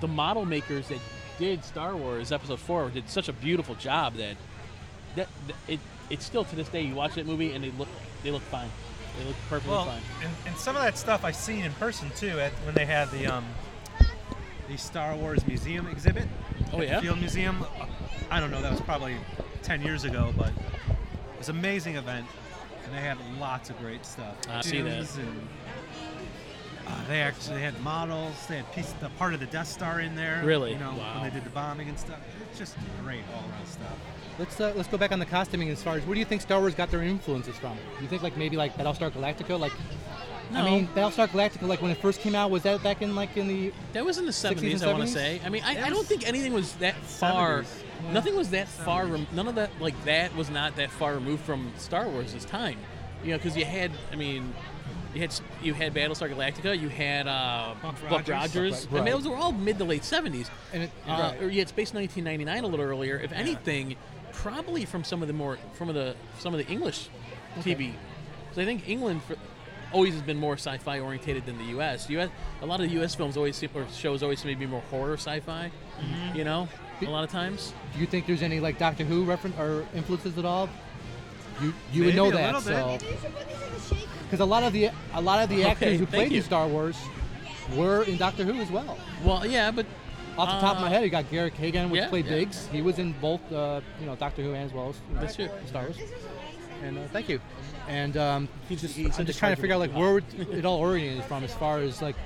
A: the model makers that did Star Wars Episode Four did such a beautiful job that that, that it it's still to this day you watch that movie and they look they look fine, they look perfectly
B: well,
A: fine.
B: and, and some of that stuff I've seen in person too. At when they had the um, the Star Wars Museum exhibit.
A: Oh
B: at
A: yeah,
B: The Field Museum. I don't know. That was probably ten years ago, but it was an amazing event, and they had lots of great stuff.
A: I see that.
B: Dunes And, uh, they actually they had models. They had piece the part of the Death Star in there.
A: Really?
B: You know,
A: Wow. Oh,
B: when they did the bombing and stuff. It's just great all around stuff.
J: Let's uh, let's go back on the costuming as far as where do you think Star Wars got their influences from? You think like maybe like Battlestar Galactica, like
A: No.
J: I mean Battlestar Galactica, like when it first came out, was that back in like in the
A: that was in the
J: 60s and
A: seventies. I want to
J: 70s?
A: say. I mean, I, I don't think anything was that far.
B: 70s.
A: Nothing was that far. Rem- none of that like that was not that far removed from Star Wars' time. You know, because you had I mean. You had s- you had Battlestar Galactica. You had uh,
B: Buck
A: Buck
B: Rogers.
A: Rogers. I mean,
J: Right.
A: those were all mid to late seventies.
J: and it,
A: Uh,
J: right.
A: or you had Space 1999 a little earlier. If anything, probably from some of the more from of the some of the English TV. So I think England for, always has been more sci-fi oriented than the U.S. U.S. A lot of the U.S. films always seem, or shows always seem to be more horror sci-fi. You know, a lot of times.
J: Do you think there's any like Doctor Who reference or influences at all? You
B: Maybe
J: you would know
B: a
J: that,
B: little bit.
J: so
F: Maybe you should put these in the shaker.
J: because a lot of the a lot of the actors who
A: thank
J: played
A: you.
J: in Star Wars were in Doctor Who as well.
A: Well, yeah, but
J: Off the top of my
A: Uh,
J: head, you got Garrick Hagan, which
A: yeah,
J: played
A: yeah.
J: Biggs. He was in both, uh, you know, Doctor Who and as well as you know,
A: That's true.
J: Star Wars. And uh, thank you. And um,
A: He's
J: just,
A: just- he's
J: I'm
A: in
J: just
A: the
J: trying
A: charge
J: to figure
A: of
J: out like
A: it.
J: where would it all originated from, as far as like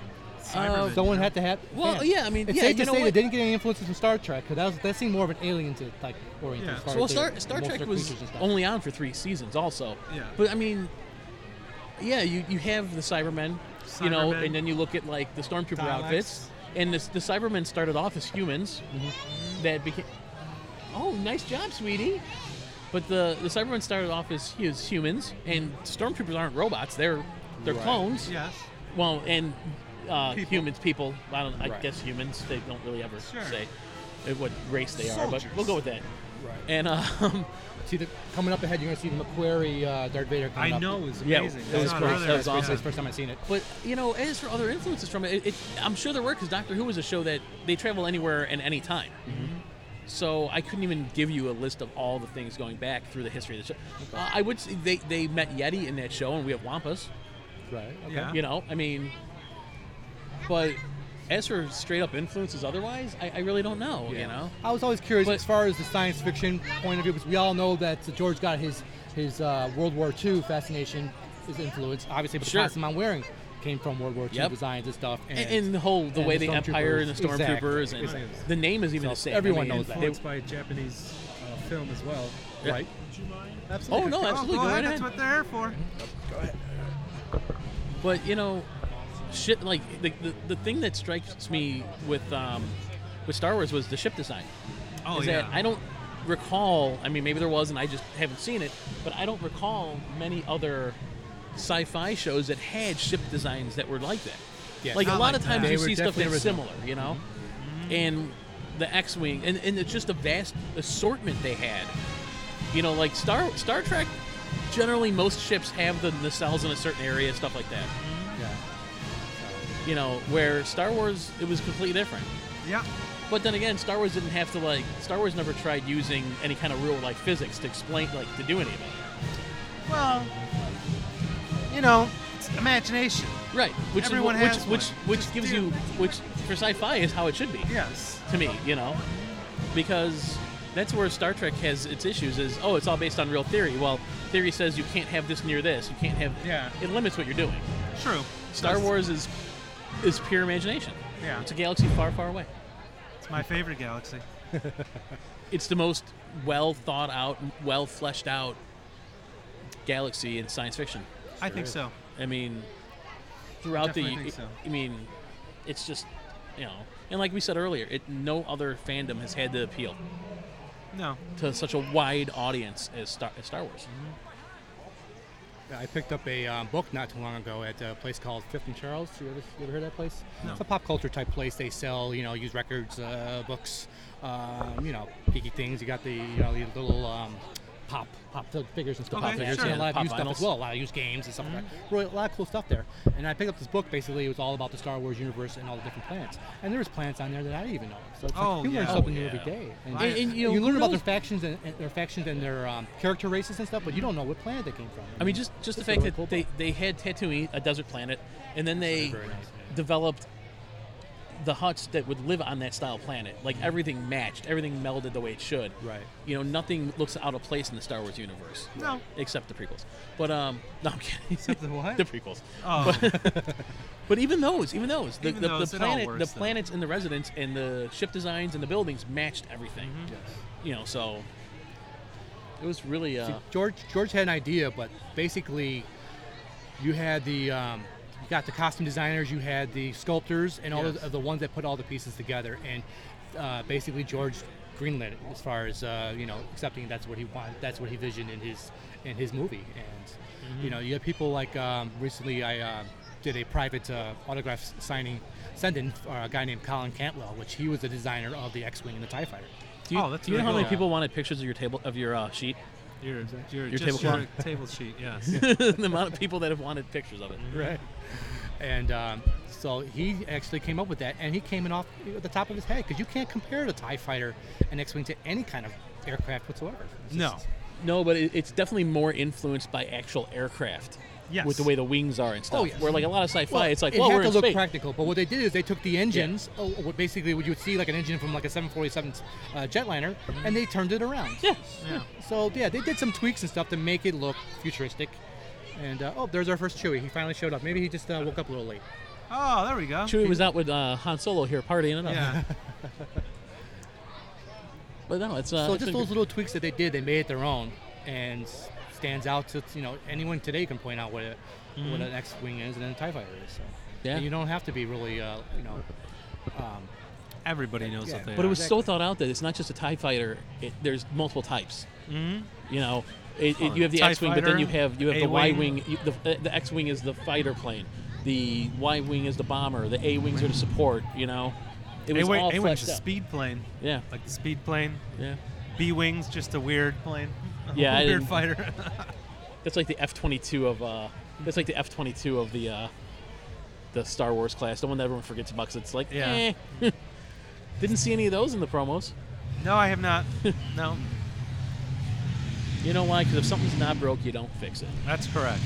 A: uh,
J: someone had to have.
A: Well, yeah, I mean,
J: it's
A: yeah,
J: safe
A: you
J: to
A: know
J: say they
A: what?
J: didn't get any influences from Star Trek because that was that seemed more of an alien to like oriented.
B: Yeah.
J: As far
A: well,
J: as
A: Star,
J: their-
A: Star
J: most of
A: Trek
J: their
A: was
J: creatures and stuff.
A: only on for three seasons, also.
B: Yeah.
A: But I mean, yeah, you, you have the Cybermen, you know,
B: Cybermen.
A: and then you look at like the stormtrooper
B: Daleks.
A: outfits, and this, the Cybermen started off as humans
B: Mm-hmm.
A: that became. Oh, nice job, sweetie. But the the Cybermen started off as, as humans, and stormtroopers aren't robots; they're they're clones.
B: Mm-hmm. Yes.
A: Well, and uh,
B: People.
A: humans, people. I don't. I
J: Right.
A: guess humans. They don't really ever
B: Sure.
A: say what race they are, but
B: Soldiers.
A: we'll go with that.
J: Right.
A: And um,
J: See, the, coming up ahead, you're gonna see the Macquarie uh, Darth Vader. Coming
B: I
J: up.
B: know it's
A: Yeah,
B: amazing.
A: that
B: That's
A: was
B: not
A: pretty-
B: another-
A: that was
J: It's the
A: awesome.
J: first time I've seen it.
A: But you know, as for other influences from it, it, it I'm sure there were because Doctor Who was a show that they travel anywhere and any time. So I couldn't even give you a list of all the things going back through the history of the show. Uh, I would say they they met Yeti in that show, and we have Wampus.
J: Right. Okay.
B: Yeah.
A: You know, I mean, but as for straight up influences otherwise, I, I really don't know. You know,
J: I was always curious
A: But-
J: as far as the science fiction point of view, because we all know that George got his his uh, World War II fascination, his influence, obviously, but
A: Sure.
J: the costume I'm wearing came from World War II
A: Yep.
J: designs and stuff. And,
A: and, and the whole the
J: and
A: way
J: the
A: the, Empire and the
J: Stormtroopers. Exactly,
A: Stormtroopers and
B: exactly.
A: the name is even
J: So
A: the same.
J: everyone
A: I mean,
J: knows that.
A: they-
B: influenced by Japanese uh, film as well.
J: right.
A: oh no, absolutely.
B: Oh,
A: go
B: boy,
A: right
B: that's
A: ahead.
B: what they're here for.
A: But you know, shit. Like the, the, the thing that strikes me with um, with Star Wars was the ship design.
B: Oh
A: is
B: yeah.
A: that I don't recall. I mean, maybe there was, and I just haven't seen it. But I don't recall many other sci-fi shows that had ship designs that were like that.
J: Yes.
A: Like a
B: Not
A: lot
B: like Mm-hmm.
A: of times
J: that.
A: you
J: They were
A: see stuff
J: definitely
A: that's
J: original. Mm-hmm.
A: similar, you know, and the X-wing, and, and it's just a vast assortment they had. You know, like Star Star Trek. Generally, most ships have the nacelles in a certain area, stuff like that
J: Yeah.
A: you know, where Star Wars it was completely different.
B: Yeah.
A: But then again, Star Wars didn't have to like Star Wars never tried using any kind of real life physics to explain like to do any of it.
B: Well, you know, it's imagination.
A: Right. Which is
B: Everyone
A: wh- which,
B: has
A: which
B: one.
A: which
B: Just
A: gives
B: do
A: you
B: it.
A: which for sci-fi is how it should be
B: Yes.
A: to me, you know, because that's where Star Trek has its issues. Is oh, it's all based on real theory. Well, theory says you can't have this near this. You can't have.
B: Yeah.
A: It limits what you're doing.
B: True.
A: Star Wars is is pure imagination.
B: Yeah.
A: It's a galaxy far, far away.
B: It's my favorite galaxy.
A: It's the most well thought out, well fleshed out galaxy in science fiction.
B: I think so.
A: I mean, throughout the.
B: Definitely think so.
A: I mean, it's just, you know, and like we said earlier, it no other fandom has had the appeal
B: No.
A: to such a wide audience as Star, as Star Wars.
J: Yeah, I picked up a um, book not too long ago at a place called Fifth and Charles. You ever, you ever heard of that place?
B: No.
J: It's a pop culture type place. They sell, you know, used records, uh, books, um, you know, geeky things. You got the, you know, the little um, pop pop figures and stuff
B: Okay,
J: out there.
B: sure.
J: And a lot
A: Pop
J: of used stuff
A: vinyls.
J: as well. A lot of used games and stuff like that. Really, a lot of cool stuff there. And I picked up this book. Basically, it was all about the Star Wars universe and all the different planets. And there was planets on there that I didn't even know. of. So it's
B: Oh,
J: like, you learn
B: yeah.
J: something
A: Oh,
J: new
A: yeah.
J: every day. And,
B: And-
A: and, you
J: you,
A: know, who
J: learn about
A: knows-
J: their factions and, and their factions and their um, character races and stuff, but you don't know what planet they came from.
A: I mean, just just the
J: It's a
A: fact
J: really
A: that
J: cool
A: they,
J: book.
A: they had Tatooine, a desert planet, and then they developed the huts that would live on that style planet. Like
B: Mm-hmm.
A: everything matched, everything melded the way it should.
J: Right.
A: You know, nothing looks out of place in the Star Wars universe.
B: No.
A: Except the prequels. But um, no, I'm kidding. Except
B: the what?
A: The prequels.
B: Oh,
A: But even those, even those, the,
B: Even
A: the,
B: those,
A: the
B: it all
A: planet,
B: works,
A: the
B: though.
A: planets and the residents and the ship designs and the buildings matched everything.
B: Mm-hmm.
A: You know, so it was really uh,
J: See, George George had an idea, but basically, you had the um, you got the costume designers, you had the sculptors, and all
B: Yes.
J: of the ones that put all the pieces together. And uh, basically, George greenlit it as far as uh, you know accepting that's what he wanted, that's what he visioned in his in his movie. And
B: Mm-hmm.
J: you know, you have people like um, recently I. um did a private uh, autograph s- signing send-in for a guy named Colin Cantwell, which he was the designer of the X-wing and the Tie Fighter.
A: Do you,
B: Oh, that's
A: do you know
B: really
A: how many
B: cool.
A: people wanted pictures of your table of your uh, sheet?
B: your your,
A: Your
B: just
A: tablecloth?
B: your table sheet. Yes.
A: the amount of people that have wanted pictures of it.
J: Right. And um, so he actually came up with that, and he came in off at the top of his head because you can't compare the Tie Fighter and X-wing to any kind of aircraft whatsoever. It's
B: no.
J: just-
A: No, but it, it's definitely more influenced by actual aircraft.
B: Yes.
A: With the way the wings are and stuff.
J: Oh, yes.
A: Where like a lot of sci-fi,
J: Well,
A: it's like,
J: it
A: well,
J: had
A: we're
J: to
A: in
J: look
A: space.
J: practical, but what they did is they took the engines, oh, what basically what you would see like an engine from like a 747 uh, jetliner, and they turned it around.
A: Yeah.
B: Yeah.
J: So yeah, they did some tweaks and stuff to make it look futuristic. And uh, oh, there's our first Chewie. He finally showed up. Maybe he just uh, woke up a little late.
B: Oh, there we go.
A: Chewie was out with uh, Han Solo here partying it up.
B: Yeah.
A: But no, it's uh,
J: so
A: it's
J: just
A: been good.
J: those little tweaks that they did, they made it their own, and stands out to you know anyone today can point out what a, what an X-wing is and a Tie Fighter is. So
A: Mm-hmm. Yeah.
J: And you don't have to be really uh, you know. Um,
B: Everybody knows what
J: Yeah.
B: they
A: But it
B: are.
A: was so thought out that it's not just a Tie Fighter. It, there's multiple types. Mm-hmm. You know, it, it, you have the
B: TIE
A: X-wing, but then you
B: fighter,
A: have you have the
B: A-wing.
A: Y-wing. You, the, the X-wing is the fighter plane. The Y-wing is the bomber. The A-wings are the support. You know, it was
B: A-wing-
A: all
B: A-wing's
A: fleshed
B: a
A: out.
B: speed plane,
A: Yeah,
B: like the speed plane.
A: yeah.
B: B wings, just a weird plane. A
A: Yeah, I
B: weird
A: didn't-
B: fighter.
A: That's like the F-22 of. Uh, that's like the F-22 of the. Uh, the Star Wars class, the one that everyone forgets about, 'cause it's like,
B: Yeah.
A: eh. Didn't see any of those in the promos.
B: no, I have not. No,
A: You know why? Because if something's not broke, you don't fix it.
B: that's correct.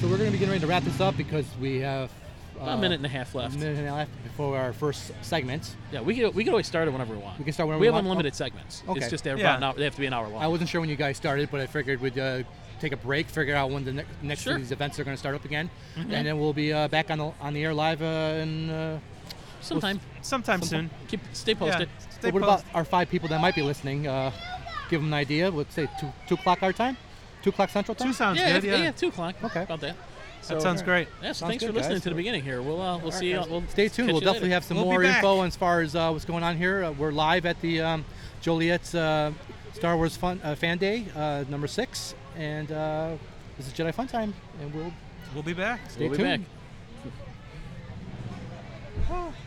J: so we're going to be getting ready to wrap this up because we have uh,
A: About a minute and a half
J: a
A: left.
J: minute and a half before our first segment.
A: Yeah, we could we could always start it whenever we want.
J: We can start whenever
A: we
J: we
A: have
J: want?
A: unlimited segments. It's
J: Okay.
A: just they're
B: Yeah.
A: about an hour, they have to be an hour long.
J: I wasn't sure when you guys started, but I figured we'd uh, take a break, figure out when the ne- next
A: Sure. Mm-hmm.
J: of these events are going to start up again, and then we'll be uh, back on the on the air live uh, in. Uh,
A: Sometime,
B: Sometime soon.
A: keep stay posted.
B: Yeah, stay
J: So what
B: posted.
J: about our five people that might be listening? Uh, give them an idea. Let's say two, two o'clock our time, two o'clock central time.
B: Two sounds
A: yeah,
B: good.
A: yeah,
B: Yeah,
A: yeah, two o'clock.
J: Okay.
A: about that.
B: that sounds great.
A: Yeah, so
J: Sounds
A: thanks
J: good,
A: for listening
J: guys.
A: to the beginning here. We'll uh, we'll see. you
J: All right,
A: We'll
J: guys. Stay tuned.
A: catch you
J: We'll definitely
A: later.
J: have some
B: We'll be
J: more
B: back.
J: info as far as uh, what's going on here. Uh, we're live at the um, Joliet's uh, Star Wars Fun uh, Fan Day, uh, number six, and uh, this is Jedi Fun Time, and we'll
B: We'll be back.
J: stay
A: We'll be
J: tuned.
A: back.